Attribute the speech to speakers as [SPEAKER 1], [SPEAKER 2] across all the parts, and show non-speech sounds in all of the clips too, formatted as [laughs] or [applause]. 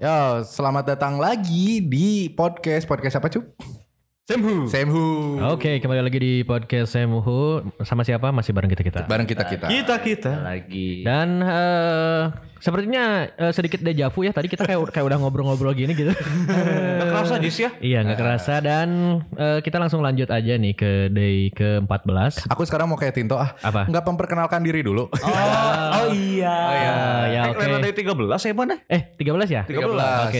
[SPEAKER 1] Oh, selamat datang lagi di podcast podcast apa cup?
[SPEAKER 2] Semhu.
[SPEAKER 1] Semhu.
[SPEAKER 3] Oke, kembali lagi di podcast Semuhu sama siapa? Masih bareng kita kita.
[SPEAKER 1] Bareng kita kita.
[SPEAKER 2] Kita kita.
[SPEAKER 4] lagi
[SPEAKER 3] Dan eh, sepertinya eh, sedikit dejavu ya. Tadi kita kayak kayak udah ngobrol-ngobrol gini
[SPEAKER 1] [laughs]
[SPEAKER 3] gitu.
[SPEAKER 2] Gak kerasa Jis ya.
[SPEAKER 3] iya, nggak kerasa. Dan eh, kita langsung lanjut aja nih ke day ke 14
[SPEAKER 1] Aku sekarang mau kayak Tinto ah.
[SPEAKER 3] apa?
[SPEAKER 1] Nggak memperkenalkan diri dulu.
[SPEAKER 2] Oh, iya. Oh iya.
[SPEAKER 3] Eh, ya oke.
[SPEAKER 2] Dari 13 ya mana?
[SPEAKER 3] Eh, 13 ya?
[SPEAKER 1] 13.
[SPEAKER 3] Oke,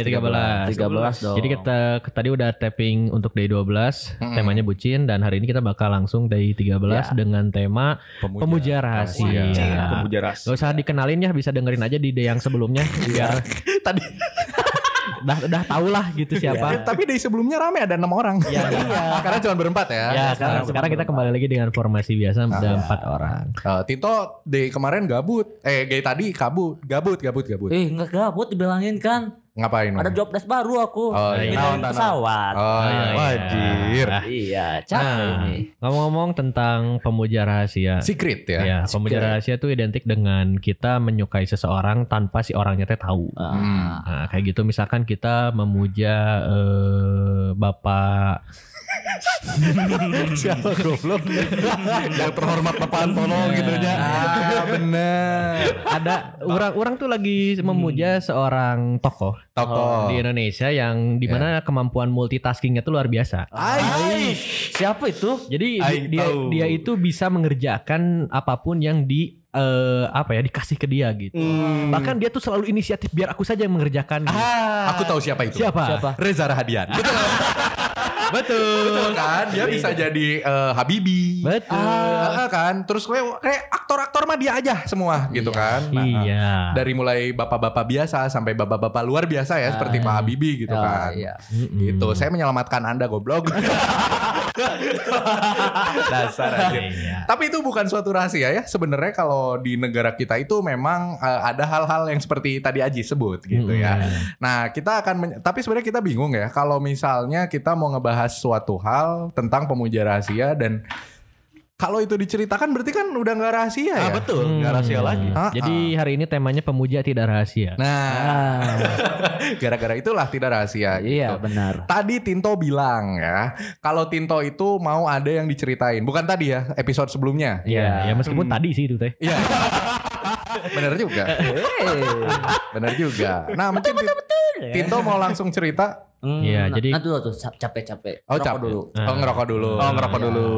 [SPEAKER 3] 13.
[SPEAKER 4] 13 dong.
[SPEAKER 3] Jadi kita ke- tadi udah tapping untuk day 12,
[SPEAKER 1] Mm-mm. Ya.
[SPEAKER 3] temanya bucin dan hari ini kita bakal langsung day 13 dengan tema
[SPEAKER 1] Pemuja.
[SPEAKER 3] pemuja rahasia.
[SPEAKER 2] Pemuja ras.
[SPEAKER 3] Gak usah dikenalin ya, bisa dengerin aja di day yang sebelumnya
[SPEAKER 1] Iya.
[SPEAKER 3] biar
[SPEAKER 2] Tadi
[SPEAKER 3] dah dah tau lah gitu
[SPEAKER 1] Eh,
[SPEAKER 3] siapa.
[SPEAKER 1] tapi dari sebelumnya rame ada enam orang. Iya. [laughs] Sekarang cuma berempat ya.
[SPEAKER 3] Ya, sekarang, sekarang kita kembali lagi dengan formasi
[SPEAKER 1] Ah.
[SPEAKER 3] biasa ada empat orang.
[SPEAKER 1] Eh, Tinto di kemarin gabut. Eh, gay tadi kabut, gabut, gabut, gabut.
[SPEAKER 4] eh nggak gabut dibilangin kan
[SPEAKER 1] Ngapain?
[SPEAKER 4] ada
[SPEAKER 1] Wan?
[SPEAKER 4] job desk baru aku
[SPEAKER 1] Iya. Oh, iya.
[SPEAKER 4] Bikin
[SPEAKER 1] Nah, nah,
[SPEAKER 4] dari
[SPEAKER 1] nah.
[SPEAKER 4] pesawat
[SPEAKER 1] Oh,
[SPEAKER 3] Ah,
[SPEAKER 1] iya.
[SPEAKER 3] iya.
[SPEAKER 1] Wajir.
[SPEAKER 3] Ah.
[SPEAKER 4] iya capek
[SPEAKER 3] Nah,
[SPEAKER 4] ini
[SPEAKER 3] ngomong-ngomong tentang pemuja rahasia.
[SPEAKER 1] Secret ya.
[SPEAKER 3] Ya, pemuja rahasia itu identik dengan kita menyukai seseorang tanpa si orangnya teh tahu.
[SPEAKER 1] [laughs] Hmm.
[SPEAKER 3] Nah, kayak gitu misalkan kita memuja eh, bapak
[SPEAKER 1] Siapa goblok? Yang terhormat Lepantono gitu nya. Ah, bener.
[SPEAKER 3] ada orang orang tuh lagi memuja seorang tokoh
[SPEAKER 1] Hmm. Tokoh. Ya.
[SPEAKER 3] di Indonesia yang dimana kemampuan multitaskingnya tuh luar biasa.
[SPEAKER 1] Aish.
[SPEAKER 4] siapa itu
[SPEAKER 3] Jadi
[SPEAKER 2] Aing
[SPEAKER 3] dia
[SPEAKER 2] tahu.
[SPEAKER 3] dia itu bisa mengerjakan apapun yang di eh, apa ya dikasih ke dia gitu.
[SPEAKER 1] Hmm.
[SPEAKER 2] Hmm.
[SPEAKER 3] Bahkan dia tuh selalu inisiatif biar aku saja yang mengerjakan. gitu.
[SPEAKER 1] Aku tahu siapa itu.
[SPEAKER 3] Siapa?
[SPEAKER 1] Reza Rahadian. Betul. [laughs] Betul. kan? Dia bisa jadi eh, Habibi.
[SPEAKER 3] Betul.
[SPEAKER 1] Ah, kan? Terus kayak kayak aktor-aktor mah dia aja semua gitu kan. Nah,
[SPEAKER 3] iya.
[SPEAKER 1] Dari mulai bapak-bapak biasa sampai bapak-bapak luar biasa ya seperti Pak Habibi gitu
[SPEAKER 4] Oh,
[SPEAKER 1] kan.
[SPEAKER 4] iya.
[SPEAKER 3] Mm-mm.
[SPEAKER 1] Gitu. Saya menyelamatkan Anda goblok. Dasar aja.
[SPEAKER 3] Iya.
[SPEAKER 1] Tapi itu bukan suatu rahasia ya. Sebenarnya kalau di negara kita itu memang eh, ada hal-hal yang seperti tadi Aji sebut gitu ya.
[SPEAKER 3] Hmm, iya.
[SPEAKER 1] Nah, kita akan men- tapi sebenarnya kita bingung ya kalau misalnya kita mau ngebahas suatu hal tentang pemuja rahasia dan kalau itu diceritakan berarti kan udah nggak rahasia ya.
[SPEAKER 2] [laughs] Ah betul.
[SPEAKER 3] Hmm.
[SPEAKER 2] Gak rahasia lagi.
[SPEAKER 1] Ah,
[SPEAKER 3] Jadi hari ini temanya pemuja tidak rahasia.
[SPEAKER 1] Nah,
[SPEAKER 4] Ah,
[SPEAKER 1] gara-gara itulah tidak rahasia
[SPEAKER 4] iya
[SPEAKER 1] gitu.
[SPEAKER 4] benar
[SPEAKER 1] Tadi Tinto bilang ya, kalau Tinto itu mau ada yang diceritain. Bukan tadi ya, episode sebelumnya.
[SPEAKER 3] Iya, ya meskipun tadi sih itu teh.
[SPEAKER 1] Iya. Bener
[SPEAKER 2] [laughs]
[SPEAKER 1] juga. Bener juga. Nah, mungkin Tin- Tinto mau langsung cerita.
[SPEAKER 3] Iya, jadi-
[SPEAKER 4] Iya jadi nah dulu tuh sa- capek-capek
[SPEAKER 1] Oh,
[SPEAKER 4] Rokok
[SPEAKER 1] cap
[SPEAKER 4] dulu
[SPEAKER 1] Oh, ngerokok dulu.
[SPEAKER 2] Oh ngerokok
[SPEAKER 4] Iya.
[SPEAKER 2] dulu.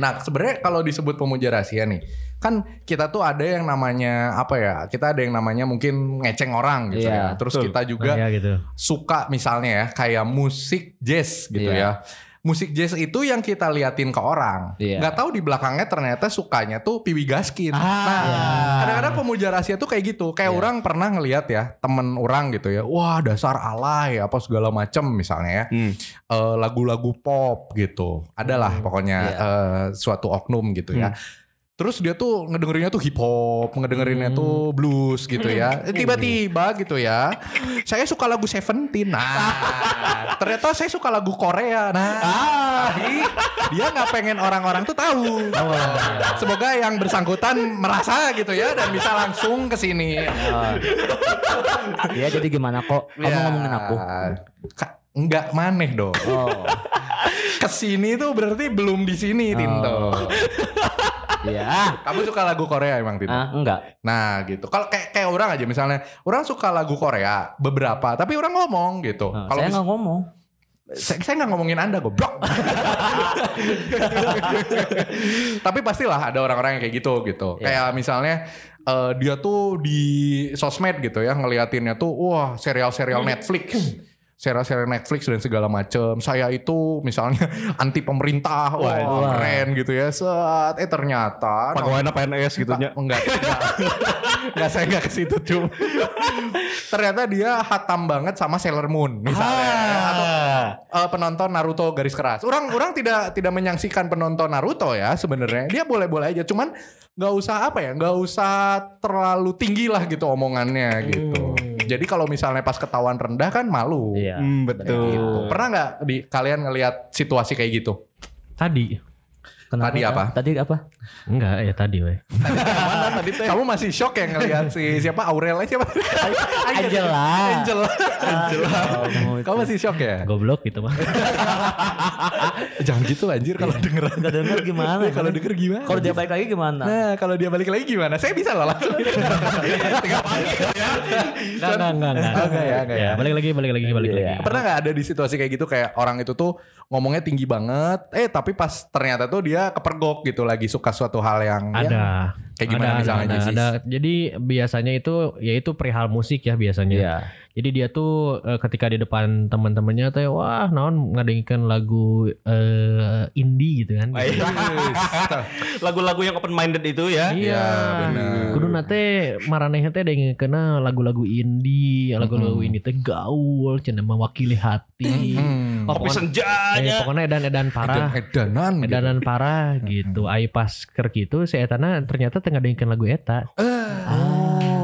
[SPEAKER 1] Nah, sebenarnya kalau disebut pemuja rahasia nih, kan kita tuh ada yang namanya apa ya? Kita ada yang namanya mungkin ngeceng orang gitu ya.
[SPEAKER 4] Iya,
[SPEAKER 1] Terus
[SPEAKER 2] betul.
[SPEAKER 1] kita juga
[SPEAKER 3] Iya gitu.
[SPEAKER 1] suka misalnya ya kayak musik jazz gitu ya.
[SPEAKER 4] Iya.
[SPEAKER 1] Musik jazz itu yang kita liatin ke orang.
[SPEAKER 4] Iya. Ah,
[SPEAKER 1] nggak tahu di belakangnya ternyata sukanya tuh Piwi Gaskin. nah,
[SPEAKER 4] iya.
[SPEAKER 1] kadang-kadang pemuja rahasia tuh kayak gitu. Kayak orang pernah ngelihat ya temen orang gitu ya. Wah dasar alay apa segala macem misalnya ya.
[SPEAKER 2] Hmm.
[SPEAKER 1] Eh, lagu-lagu pop gitu. Adalah pokoknya
[SPEAKER 4] Iya. Hmm.
[SPEAKER 1] eh, suatu oknum gitu ya. Terus dia tuh ngedengerinnya tuh hip hop, ngedengerinnya tuh
[SPEAKER 4] Hmm.
[SPEAKER 1] blues gitu ya. Tiba-tiba gitu ya. Saya suka lagu Seventeen. Nah, ternyata saya suka lagu Korea. Nah,
[SPEAKER 4] Ah.
[SPEAKER 1] tapi dia nggak pengen orang-orang tuh tahu.
[SPEAKER 4] Oh.
[SPEAKER 1] Semoga yang bersangkutan merasa gitu ya dan bisa langsung ke sini.
[SPEAKER 4] Iya jadi gimana
[SPEAKER 1] [laughs]
[SPEAKER 4] kok kamu
[SPEAKER 1] Ya.
[SPEAKER 4] ngomongin aku
[SPEAKER 1] Ka- Nggak maneh dong.
[SPEAKER 4] oh
[SPEAKER 1] Kesini tuh berarti belum di sini, Tinto.
[SPEAKER 4] iya
[SPEAKER 1] Kamu suka lagu Korea emang, Tinto?
[SPEAKER 4] ah enggak
[SPEAKER 1] Nah gitu. Kalau kayak kayak orang aja misalnya, orang suka lagu Korea beberapa, tapi orang ngomong gitu.
[SPEAKER 4] Ah,
[SPEAKER 1] Kalau
[SPEAKER 4] saya
[SPEAKER 1] mis-
[SPEAKER 4] nggak ngomong
[SPEAKER 1] saya saya nggak ngomongin Anda goblok. tapi pastilah ada orang-orang yang kayak gitu gitu. Kayak misalnya eh, dia tuh di sosmed gitu ya ngeliatinnya tuh wah serial-serial Netflix. Serial-serial Netflix dan segala macem. Saya itu misalnya [laughs] anti pemerintah, wah,
[SPEAKER 4] Wah.
[SPEAKER 1] keren gitu ya. Set, eh ternyata
[SPEAKER 2] Pegawai PNS gitu nya.
[SPEAKER 1] enggak, enggak. Enggak, saya enggak ke situ cuma. Ternyata dia hatam banget sama Sailor Moon misalnya. Atau eh, penonton Naruto garis keras. Orang orang tidak tidak menyaksikan penonton Naruto ya sebenarnya. Dia boleh-boleh aja, cuman nggak usah apa ya, nggak usah terlalu tinggi lah gitu omongannya gitu. Jadi kalau misalnya pas ketahuan rendah kan malu.
[SPEAKER 4] iya
[SPEAKER 2] Hmm,
[SPEAKER 1] Gitu.
[SPEAKER 2] betul.
[SPEAKER 1] Pernah nggak di kalian ngelihat situasi kayak
[SPEAKER 2] [laughs]
[SPEAKER 1] gitu?
[SPEAKER 3] Tadi.
[SPEAKER 4] Kenapa,
[SPEAKER 1] Tadi
[SPEAKER 4] Kak?
[SPEAKER 1] apa? [laughs]
[SPEAKER 4] Tadi apa?
[SPEAKER 3] Enggak, ya tadi weh.
[SPEAKER 2] tadi teh.
[SPEAKER 1] Kamu masih shock ya ngelihat si siapa Aurel siapa? [laughs]
[SPEAKER 4] Angela.
[SPEAKER 1] Angela. Angela. Ah, iya. Oh, Kamu masih shock ya?
[SPEAKER 3] Goblok gitu
[SPEAKER 1] [laughs]
[SPEAKER 3] mah.
[SPEAKER 1] Jangan gitu anjir kalau
[SPEAKER 4] Iya,
[SPEAKER 1] dengeran. Iya,
[SPEAKER 4] Gak denger gimana? kan?
[SPEAKER 1] Kalau denger gimana?
[SPEAKER 4] Kalau dia balik lagi gimana?
[SPEAKER 1] Nah, kalau dia balik lagi gimana? Saya bisa loh langsung. Tinggal panggil ya.
[SPEAKER 3] Enggak enggak enggak.
[SPEAKER 1] Oh, enggak ya, enggak
[SPEAKER 3] Ya,
[SPEAKER 1] ya.
[SPEAKER 3] balik lagi balik lagi balik
[SPEAKER 4] Iya.
[SPEAKER 3] lagi.
[SPEAKER 1] Pernah nggak ada di situasi kayak gitu kayak orang itu tuh ngomongnya tinggi banget, eh tapi pas ternyata tuh dia kepergok gitu lagi suka suatu hal yang
[SPEAKER 3] ada
[SPEAKER 1] yang kayak gimana
[SPEAKER 3] ada,
[SPEAKER 1] misalnya
[SPEAKER 3] ada,
[SPEAKER 1] Jis?
[SPEAKER 3] ada. jadi biasanya itu yaitu perihal musik ya
[SPEAKER 2] Iya.
[SPEAKER 3] biasanya jadi dia tuh eh, ketika di depan teman-temannya tuh wah naon ngadengin lagu eh, indie gitu kan
[SPEAKER 1] iya?
[SPEAKER 2] Baik. Lagu-lagu yang open minded itu ya.
[SPEAKER 1] Iya, bener.
[SPEAKER 3] Kudu nate maraneh teh dengan kena lagu-lagu indie, lagu-lagu
[SPEAKER 1] Mm-mm.
[SPEAKER 3] indie teh gaul, cenah mewakili hati.
[SPEAKER 1] Hmm.
[SPEAKER 3] Oh,
[SPEAKER 2] Kopi
[SPEAKER 3] pokoknya- Eh,
[SPEAKER 2] senjanya.
[SPEAKER 3] pokoknya edan-edan
[SPEAKER 1] Edan,
[SPEAKER 3] parah.
[SPEAKER 1] edanan gitu.
[SPEAKER 3] Edanan parah gitu. Ai pas ker gitu si Etana ternyata tengah dengerin lagu Eta.
[SPEAKER 1] Eh,
[SPEAKER 4] Oh.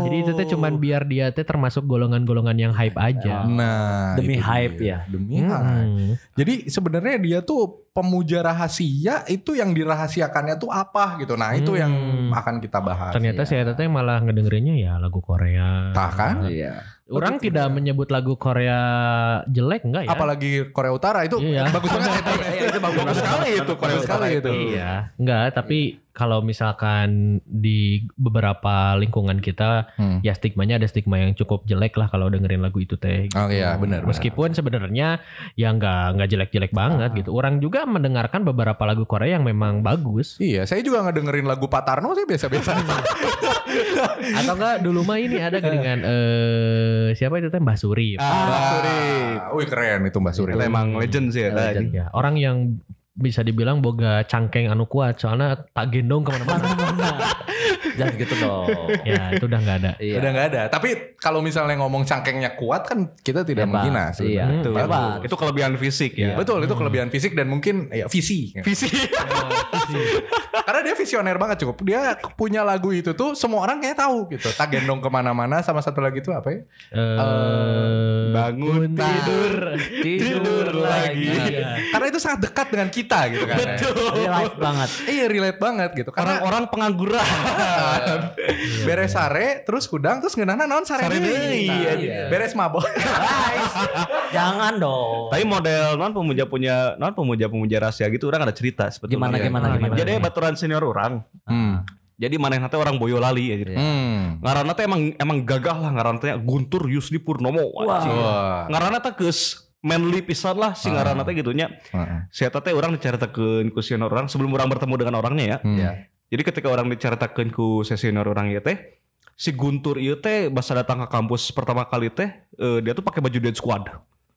[SPEAKER 3] Jadi itu teh cuman biar dia teh termasuk golongan-golongan yang hype aja. Mm.
[SPEAKER 1] Nah,
[SPEAKER 4] Demi
[SPEAKER 1] itu
[SPEAKER 4] hype
[SPEAKER 1] dia. Demi
[SPEAKER 3] Hmm.
[SPEAKER 1] hype.
[SPEAKER 3] Mm-mm.
[SPEAKER 1] Jadi sebenarnya dia tuh pemuja rahasia itu yang dirahasiakannya tuh apa gitu. Nah, itu yang
[SPEAKER 3] Hmm.
[SPEAKER 1] akan kita bahas.
[SPEAKER 3] Ternyata si Eta teh malah ngedengerinnya ya lagu Korea.
[SPEAKER 1] Tah kan?
[SPEAKER 4] Iya.
[SPEAKER 3] Orang tidak menyebut lagu Korea jelek enggak ya?
[SPEAKER 1] Apalagi Korea Utara itu
[SPEAKER 3] Iya.
[SPEAKER 1] bagus banget itu.
[SPEAKER 4] Itu
[SPEAKER 2] Bagus sekali itu Korea
[SPEAKER 1] Bagus sekali
[SPEAKER 2] Utara
[SPEAKER 1] itu.
[SPEAKER 2] itu.
[SPEAKER 3] Iya, enggak, tapi kalau misalkan di beberapa lingkungan kita
[SPEAKER 1] Hmm.
[SPEAKER 3] ya stigmanya ada stigma yang cukup jelek lah kalau dengerin lagu itu teh. gitu.
[SPEAKER 1] Oh iya, benar, benar.
[SPEAKER 3] Meskipun sebenarnya ya enggak enggak
[SPEAKER 1] Ah.
[SPEAKER 3] jelek-jelek banget gitu. Orang juga mendengarkan beberapa lagu Korea yang memang bagus.
[SPEAKER 1] Iya, saya juga ngedengerin lagu Pak Tarno saya biasa-biasa. aja.
[SPEAKER 3] Atau enggak dulu mah ini
[SPEAKER 1] [laughs]
[SPEAKER 3] ada dengan eh siapa itu teh Mbah Suri.
[SPEAKER 2] Ah, Mbak Suri.
[SPEAKER 1] Wih keren itu Mbak Suri.
[SPEAKER 2] Itu emang legend sih ya. tadi.
[SPEAKER 3] Ya, orang yang bisa dibilang boga cangkeng anu kuat soalnya tak gendong
[SPEAKER 4] [laughs]
[SPEAKER 3] kemana-mana
[SPEAKER 4] Jangan gitu dong.
[SPEAKER 3] ya itu udah nggak ada
[SPEAKER 4] Iya.
[SPEAKER 1] Udah nggak ada. Tapi kalau misalnya ngomong cangkengnya kuat kan kita tidak
[SPEAKER 4] Hebat.
[SPEAKER 1] menghina.
[SPEAKER 4] Iya.
[SPEAKER 1] sebenarnya.
[SPEAKER 2] Itu,
[SPEAKER 4] Hebat.
[SPEAKER 2] gitu. itu kelebihan fisik
[SPEAKER 1] Iya.
[SPEAKER 2] ya.
[SPEAKER 1] Betul, itu kelebihan fisik dan mungkin ya visi.
[SPEAKER 2] Fisik.
[SPEAKER 1] Karena dia visioner banget cukup. Dia punya lagu itu tuh semua orang kayak tahu gitu. Tak gendong kemana-mana sama satu lagi itu apa ya?
[SPEAKER 3] eh
[SPEAKER 2] Bangun tidur. Tidur lagi.
[SPEAKER 3] Iya.
[SPEAKER 1] Karena itu sangat dekat dengan kita gitu kan.
[SPEAKER 4] Live banget.
[SPEAKER 1] Iya relate banget gitu. Karena Ah, kan.
[SPEAKER 2] Orang-orang pengangguran.
[SPEAKER 1] beres sare, terus kudang, terus ngenana naon sare,
[SPEAKER 2] Iya. Sare
[SPEAKER 1] deui.
[SPEAKER 2] deui,
[SPEAKER 1] Nah,
[SPEAKER 2] iya,
[SPEAKER 4] iya.
[SPEAKER 1] Beres mabok.
[SPEAKER 4] Guys, Jangan dong.
[SPEAKER 2] Tapi model non pemuja punya non pemuja pemuja rahasia gitu orang ada cerita sebetulnya.
[SPEAKER 4] Gimana
[SPEAKER 1] Iya.
[SPEAKER 4] gimana gimana.
[SPEAKER 2] Jadi ya, baturan senior orang.
[SPEAKER 1] Hmm.
[SPEAKER 2] Jadi mana nanti orang Boyolali ya. Jadi.
[SPEAKER 1] Hmm.
[SPEAKER 2] Ngaranna teh emang emang gagah lah ngaranna teh Guntur Yusdi Purnomo. anjing.
[SPEAKER 1] Wah.
[SPEAKER 2] Ngaranna teh geus manly pisan lah si
[SPEAKER 1] Ah.
[SPEAKER 2] ngaranna teh gitu nya.
[SPEAKER 1] Heeh.
[SPEAKER 2] Saya teh orang diceritakeun ku senior orang sebelum orang bertemu dengan orangnya ya.
[SPEAKER 1] Hmm.
[SPEAKER 4] Iya.
[SPEAKER 2] Jadi ketika orang diceritakeun ku si senior orang ieu teh si Guntur ieu teh bahasa datang ke kampus pertama kali teh eh, dia tuh pakai baju dead squad.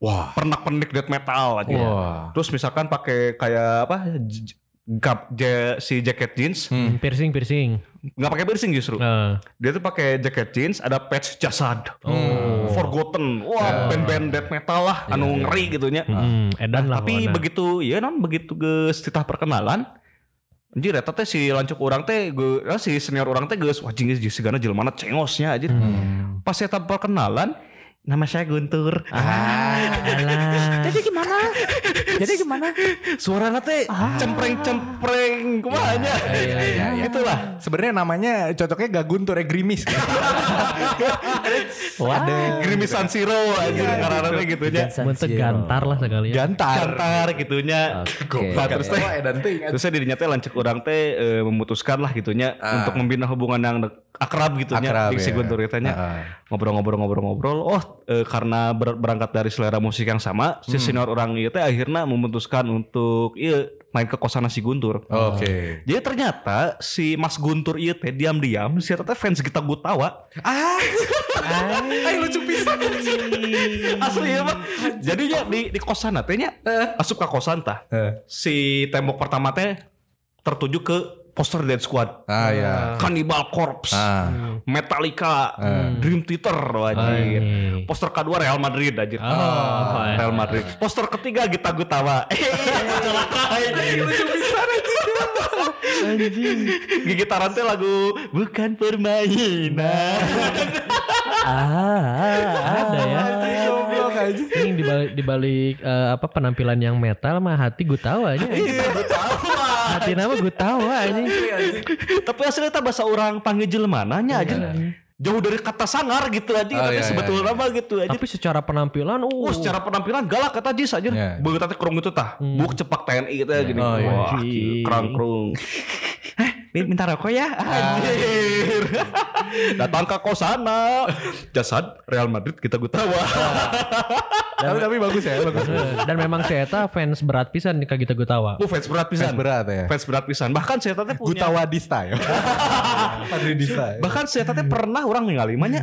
[SPEAKER 1] Wah.
[SPEAKER 2] Pernak-pernik death metal aja.
[SPEAKER 1] Wah.
[SPEAKER 2] Terus misalkan pakai kayak apa? j- j- gap- ja- si jaket jeans
[SPEAKER 1] Hmm.
[SPEAKER 3] Eh, piercing piercing
[SPEAKER 2] nggak pakai piercing justru.
[SPEAKER 3] Eh,
[SPEAKER 2] Dia tuh pakai jaket jeans ada patch jasad.
[SPEAKER 1] Oh. Ya. Iya,
[SPEAKER 2] Forgotten. Wah, band-band death metal lah anu ngeri gitu nya.
[SPEAKER 3] mm, edan lah
[SPEAKER 2] Tapi
[SPEAKER 3] pokokna.
[SPEAKER 2] begitu ya non begitu geus titah perkenalan Anjir eta teh si lancuk orang teh ge- ah, si senior orang teh geus wah jing si gana jelmana cengosnya aja.
[SPEAKER 1] Hmm.
[SPEAKER 2] Pas eta perkenalan nama saya Guntur.
[SPEAKER 1] Ah.
[SPEAKER 2] [laughs]
[SPEAKER 3] Alah.
[SPEAKER 4] Jadi gimana? Jadi gimana?
[SPEAKER 2] Suaranya teh cempreng-cempreng kumaha nya.
[SPEAKER 1] Ah. Ya, ya. Itulah. Sebenarnya namanya cocoknya gak Guntur ya Grimis.
[SPEAKER 4] Wah.
[SPEAKER 2] Grimisan Siro anjir
[SPEAKER 1] Iya,
[SPEAKER 2] karena gitu nya.
[SPEAKER 3] Mun teu gantar lah sekali ya.
[SPEAKER 2] Gantar. Gantar
[SPEAKER 1] Ah.
[SPEAKER 2] gitunya.
[SPEAKER 4] Oke.
[SPEAKER 2] Nah, terus teh
[SPEAKER 1] Wah, edan teuing, anjing.
[SPEAKER 2] terus teh dirinya teh lanceuk urang teh eh, memutuskan lah gitunya
[SPEAKER 1] Ah.
[SPEAKER 2] untuk membina hubungan yang dek- akrab gitu gitunya
[SPEAKER 1] Akrab,
[SPEAKER 2] si
[SPEAKER 1] ya.
[SPEAKER 2] Guntur katanya
[SPEAKER 1] Heeh.
[SPEAKER 2] ngobrol-ngobrol-ngobrol-ngobrol oh eh, karena ber- berangkat dari selera musik yang sama si
[SPEAKER 1] Hmm.
[SPEAKER 2] senior orang itu teh akhirnya memutuskan untuk iya main ke kosan si Guntur
[SPEAKER 1] Oke.
[SPEAKER 2] jadi ternyata si Mas Guntur ieu teh diam-diam si eta teh fans Gita Gutawa.
[SPEAKER 1] Ah. Ay, Eh, lucu pisan.
[SPEAKER 2] [laughs] Asli ya, Pak. Jadinya di di kosan teh nya asup ka kosan tah.
[SPEAKER 1] Eh.
[SPEAKER 2] Si tembok pertama teh tertuju ke poster Dead Squad.
[SPEAKER 1] Ah ya.
[SPEAKER 2] Cannibal Corpse,
[SPEAKER 1] Ah.
[SPEAKER 2] Metallica, Dream Theater wajib.
[SPEAKER 1] Ah.
[SPEAKER 3] Anjing.
[SPEAKER 2] Poster kedua Real Madrid aja.
[SPEAKER 3] Oh,
[SPEAKER 2] Real Madrid. Poster ketiga Gita [laughs] Iya, Gutawa.
[SPEAKER 1] Lucu pisan anjing.
[SPEAKER 2] Gigi Tarante lagu bukan permainan.
[SPEAKER 4] Ah.
[SPEAKER 3] ada ya.
[SPEAKER 1] Anjing, goblok, anjing.
[SPEAKER 3] Ini di balik di balik eh, apa penampilan yang metal mah hati gue tahu aja.
[SPEAKER 2] Gita Gutawa.
[SPEAKER 3] Hati nama gue tahu anjing.
[SPEAKER 2] Tapi asli eta bahasa orang panggil jelmananya aja. Jauh dari kata sangar gitu aja.
[SPEAKER 1] Iya. Oh,
[SPEAKER 2] tapi
[SPEAKER 1] iya, iya,
[SPEAKER 2] sebetulnya
[SPEAKER 1] iya.
[SPEAKER 2] nama gitu aja.
[SPEAKER 3] Tapi secara penampilan, uh,
[SPEAKER 2] Wah Oh, secara penampilan galak kata Jis aja.
[SPEAKER 1] Iya.
[SPEAKER 2] Yeah. teh kerung itu tah.
[SPEAKER 3] Hmm.
[SPEAKER 2] Buk cepak TNI gitu aja. gini.
[SPEAKER 1] Oh, iya.
[SPEAKER 2] Wah
[SPEAKER 3] Anjing.
[SPEAKER 2] kerang kerung. Hah, Min- minta rokok ya? [laughs] Anjir. Datang ke kosana. Jasad Real Madrid kita gutawa.
[SPEAKER 1] tapi tapi bagus ya bagus
[SPEAKER 3] Eh, dan memang si Eta fans berat pisan nih kita gue tawa.
[SPEAKER 2] Lu Uh, fans berat
[SPEAKER 1] Fans
[SPEAKER 2] pisan.
[SPEAKER 1] berat ya
[SPEAKER 2] Fans berat pisan. Bahkan saya tadi punya.
[SPEAKER 1] Gutawa Dista [laughs] ya Padri Dista ya.
[SPEAKER 2] Bahkan saya tadi pernah orang ningali mana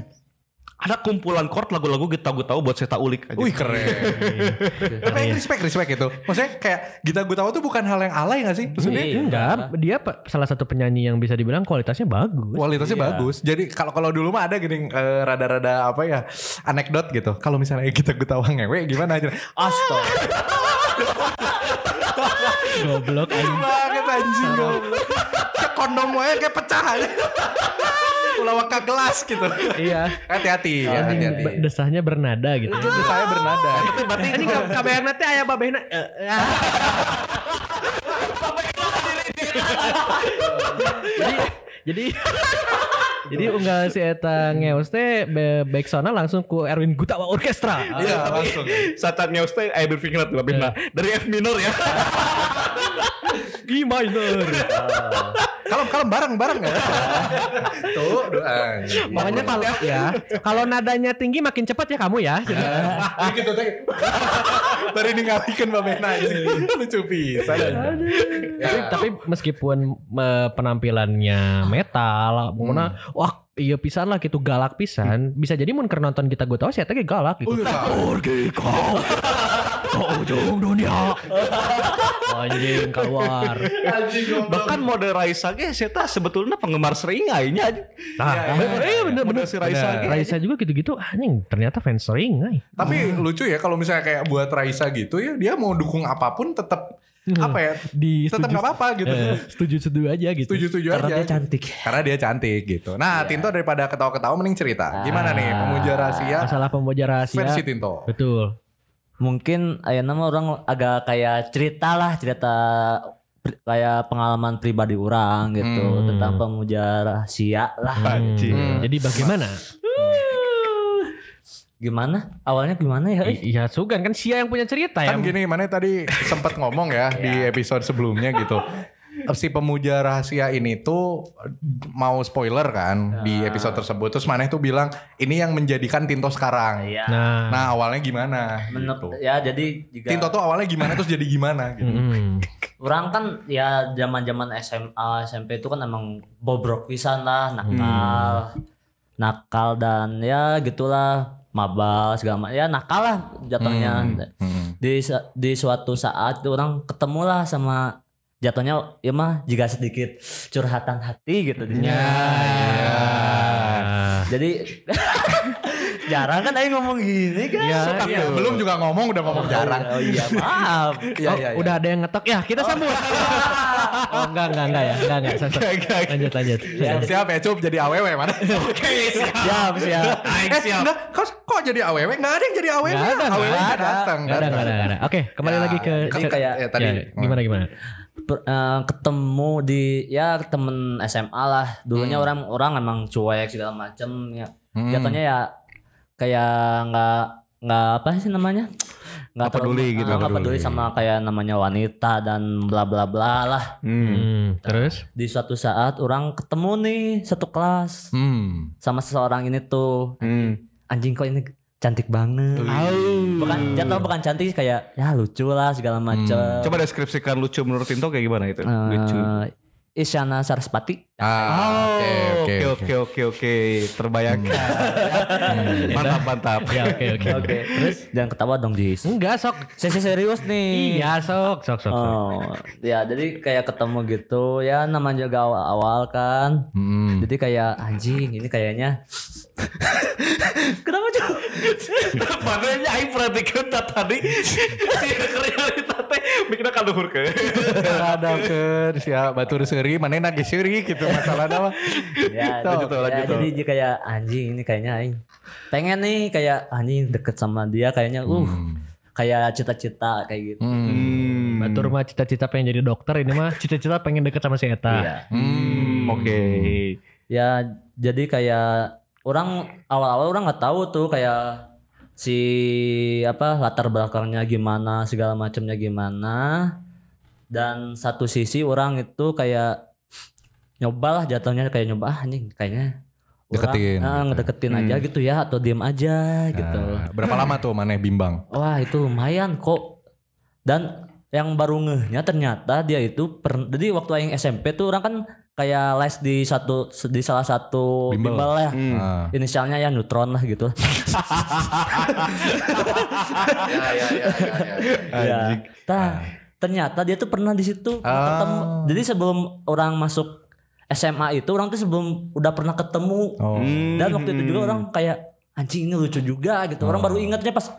[SPEAKER 2] ada kumpulan chord lagu-lagu Gita Gutawa buat saya ulik aja. [laughs]
[SPEAKER 1] Wih keren Tapi respect respect itu Maksudnya kayak Gita Gutawa tuh bukan hal yang alay gak sih
[SPEAKER 3] Iya,
[SPEAKER 1] Maksudnya
[SPEAKER 3] Enggak, dia pe- salah satu penyanyi yang bisa dibilang kualitasnya bagus.
[SPEAKER 1] kualitasnya bagus. Iya. Jadi kalau kalau dulu mah ada gini eh, rada-rada apa ya anekdot gitu. Kalau misalnya kita ketawa ngewe gimana aja. Astaga.
[SPEAKER 3] Goblok anjing.
[SPEAKER 1] banget anjing goblok. Kayak kondom wae kayak pecah aja. Ulah ke gelas gitu.
[SPEAKER 3] Iya.
[SPEAKER 1] Hati-hati ya, hati-hati.
[SPEAKER 3] Be- Desahnya bernada gitu.
[SPEAKER 1] Itu saya bernada.
[SPEAKER 3] Berarti ini kabarnya teh aya babehna. Jadi jadi jadi unggal si eta ngeos teh be- back soundnya langsung ku Erwin Gutawa Orkestra.
[SPEAKER 1] Iya, langsung.
[SPEAKER 2] Saat news teh eh berpikir tuh lebih nah dari F minor ya.
[SPEAKER 3] G minor.
[SPEAKER 1] Kalau kalau bareng-bareng ya. Tuh, doang.
[SPEAKER 3] Makanya kalau ya, kalau nadanya tinggi makin cepat ya kamu ya.
[SPEAKER 1] Ah, gitu teh. Nah, Tadi ninggalikan
[SPEAKER 2] [laughs]
[SPEAKER 1] babena anjing. Lucu pisan.
[SPEAKER 3] tapi,
[SPEAKER 1] Ya,
[SPEAKER 3] tapi meskipun eh, penampilannya metal, pokoknya
[SPEAKER 1] Hmm.
[SPEAKER 3] wah iya pisan lah gitu galak pisan. Bisa jadi mun keur nonton kita gue tahu sih eta ge galak
[SPEAKER 1] Oh,
[SPEAKER 3] gitu.
[SPEAKER 2] Pergi kau ke ujung dunia.
[SPEAKER 1] iya.
[SPEAKER 3] Anjing keluar.
[SPEAKER 2] Bahkan mode Raisa ge saya tah sebetulnya penggemar seringainya.
[SPEAKER 3] Nah,
[SPEAKER 1] iya,
[SPEAKER 2] Eh bener bener si Raisa ge.
[SPEAKER 3] Raisa juga gitu-gitu anjing ternyata fans sering ay.
[SPEAKER 1] Tapi lucu ya kalau misalnya kayak buat Raisa gitu ya dia mau dukung apapun tetap
[SPEAKER 3] Hmm.
[SPEAKER 1] apa ya
[SPEAKER 3] Di
[SPEAKER 1] tetap nggak apa-apa gitu.
[SPEAKER 3] Eh, setuju-setuju aja gitu.
[SPEAKER 1] Setuju-setuju aja.
[SPEAKER 4] Karena dia cantik.
[SPEAKER 1] Karena dia cantik gitu. Nah, Tinto daripada ketawa-ketawa mending cerita. Gimana nih pemuja rahasia
[SPEAKER 3] Nah, Masalah pembaca rahasia.
[SPEAKER 1] versi Tinto?
[SPEAKER 3] Betul.
[SPEAKER 4] Mungkin ayah nama orang agak kayak cerita lah cerita pri- kayak pengalaman pribadi orang gitu
[SPEAKER 1] Hmm.
[SPEAKER 4] tentang pemuja rahasia lah.
[SPEAKER 2] Anjing.
[SPEAKER 1] Hmm.
[SPEAKER 3] Jadi bagaimana?
[SPEAKER 4] Gimana? Awalnya gimana ya? eh?
[SPEAKER 3] I- Iya Sugan kan Sia yang punya cerita ya.
[SPEAKER 1] Kan gini, mana tadi sempat ngomong ya di episode sebelumnya gitu. Si pemuja rahasia ini tuh mau spoiler kan di episode tersebut. Terus Maneh tuh bilang ini yang menjadikan Tinto sekarang.
[SPEAKER 4] Iya.
[SPEAKER 3] Nah,
[SPEAKER 1] Nah awalnya gimana?
[SPEAKER 4] Menep-
[SPEAKER 1] gitu.
[SPEAKER 4] ya jadi juga
[SPEAKER 1] Tinto tuh awalnya gimana terus jadi gimana gitu.
[SPEAKER 3] mm-mm.
[SPEAKER 4] orang kan ya zaman-zaman SMA SMP itu kan emang bobrok pisan lah nakal nakal dan ya gitulah mabal segala macam ya nakal lah jatuhnya
[SPEAKER 1] Hmm.
[SPEAKER 4] di sa- di suatu saat tuh orang ketemulah sama jatuhnya ya mah jika sedikit curhatan hati gitu
[SPEAKER 3] Ya,
[SPEAKER 4] di jadi [laughs] jarang kan aing ngomong gini kan
[SPEAKER 3] Ya,
[SPEAKER 4] Suka-
[SPEAKER 1] Tapi belum juga ngomong udah ngomong jarang.
[SPEAKER 4] oh iya maaf
[SPEAKER 1] Iya,
[SPEAKER 3] Oh,
[SPEAKER 1] iya, iya.
[SPEAKER 3] Udah ada yang ngetok ya kita sambut. oh enggak enggak enggak ya enggak enggak. Sorry, sorry. Lanjut lanjut.
[SPEAKER 1] Siap ya cup jadi aww mana? Oke siap.
[SPEAKER 4] siap siap
[SPEAKER 1] Eh, enggak, kok, kok jadi aww? Enggak ada yang jadi aww.
[SPEAKER 3] Nggak ada,
[SPEAKER 1] aww
[SPEAKER 3] nggak
[SPEAKER 1] enggak datang.
[SPEAKER 3] Enggak ada enggak ada enggak ada. Oke kembali
[SPEAKER 1] Ya,
[SPEAKER 3] lagi ke
[SPEAKER 4] jadi
[SPEAKER 3] ke-
[SPEAKER 4] kayak-
[SPEAKER 1] Ya, tadi.
[SPEAKER 3] ya, gimana gimana.
[SPEAKER 4] per- eh, ketemu di ya temen SMA lah
[SPEAKER 2] Hmm.
[SPEAKER 4] dulunya orang orang emang cuek segala macem ya
[SPEAKER 1] Hmm.
[SPEAKER 4] jatuhnya ya kayak nggak nggak apa sih namanya nggak
[SPEAKER 2] Nggak peduli
[SPEAKER 4] terlalu-
[SPEAKER 2] gitu,
[SPEAKER 4] ah,
[SPEAKER 2] nggak
[SPEAKER 4] nggak peduli
[SPEAKER 2] peduli.
[SPEAKER 4] sama kayak namanya wanita dan bla bla bla lah
[SPEAKER 2] Hmm.
[SPEAKER 3] Hmm, terus?
[SPEAKER 4] di suatu saat orang ketemu nih satu kelas
[SPEAKER 1] Hmm.
[SPEAKER 4] sama seseorang ini tuh
[SPEAKER 2] Hmm.
[SPEAKER 4] anjing kok ini cantik banget
[SPEAKER 2] Iya.
[SPEAKER 4] bukan jatuh bukan
[SPEAKER 2] Hmm.
[SPEAKER 4] cantik kayak ya lucu lah segala macem
[SPEAKER 2] Coba deskripsikan lucu menurut Tinto kayak gimana itu?
[SPEAKER 4] Eh,
[SPEAKER 2] Hmm. Lucu.
[SPEAKER 4] Isyana Sarasvati
[SPEAKER 1] Ah, oke oke oke.
[SPEAKER 2] oke oke oke terbayangkan. [laughs] mantap mantap.
[SPEAKER 3] Ya oke oke.
[SPEAKER 4] Oke. Terus jangan ketawa dong, Jis.
[SPEAKER 3] Enggak sok.
[SPEAKER 4] Sesi serius nih.
[SPEAKER 3] Iya sok sok sok. sok.
[SPEAKER 4] Oh, ya jadi kayak ketemu gitu ya namanya juga awal-awal kan.
[SPEAKER 1] Hmm.
[SPEAKER 4] Jadi kayak anjing ini kayaknya [laughs] Kenapa cuy?
[SPEAKER 2] Padahal aing perhatikan tah tadi si realita teh mikirna ka Kan luhur ke.
[SPEAKER 1] Ada ke siap batur seri mana nage seri gitu masalahnya mah.
[SPEAKER 4] Ya,
[SPEAKER 1] Lanjut
[SPEAKER 4] jadi-
[SPEAKER 2] tuh, lanjut
[SPEAKER 4] ya,
[SPEAKER 2] tuh.
[SPEAKER 4] jadi dia kayak anjing ini kayaknya aing pengen nih
[SPEAKER 1] Mm.
[SPEAKER 4] kayak anjing deket sama dia kayaknya uh kayak uh, cita-cita kayak gitu.
[SPEAKER 1] Hmm.
[SPEAKER 3] Batur mah cita-cita pengen jadi dokter ini mah cita-cita pengen deket sama si Eta.
[SPEAKER 4] Iya.
[SPEAKER 1] Hmm,
[SPEAKER 2] Oke.
[SPEAKER 4] Ya jadi kayak orang awal-awal orang nggak tahu tuh kayak si apa latar belakangnya gimana segala macamnya gimana dan satu sisi orang itu kayak nyobalah jatuhnya kayak nyoba ah anjing kayaknya orang-
[SPEAKER 1] Deketin,
[SPEAKER 4] ah,
[SPEAKER 1] gitu.
[SPEAKER 4] ngedeketin
[SPEAKER 2] Hmm.
[SPEAKER 4] aja gitu ya atau diem aja gitu
[SPEAKER 1] Nah, berapa lama tuh maneh bimbang?
[SPEAKER 4] wah itu lumayan kok dan yang baru ngehnya ternyata dia itu per- jadi waktu aing SMP tuh orang kan kayak les di satu di salah satu
[SPEAKER 1] Bimbel.
[SPEAKER 4] bimbel, lah
[SPEAKER 2] Hmm.
[SPEAKER 1] Ah.
[SPEAKER 4] inisialnya ya neutron lah gitu
[SPEAKER 1] ya, ya, ya, ya, ya.
[SPEAKER 4] Ah, iya.
[SPEAKER 2] Anjing.
[SPEAKER 4] Tah, ternyata dia tuh pernah di situ ketemu. Jadi sebelum orang masuk SMA itu orang tuh sebelum udah pernah ketemu.
[SPEAKER 1] Oh.
[SPEAKER 4] Hmm. Dan waktu itu juga orang kayak anjing ini lucu juga gitu. Orang baru ingatnya pas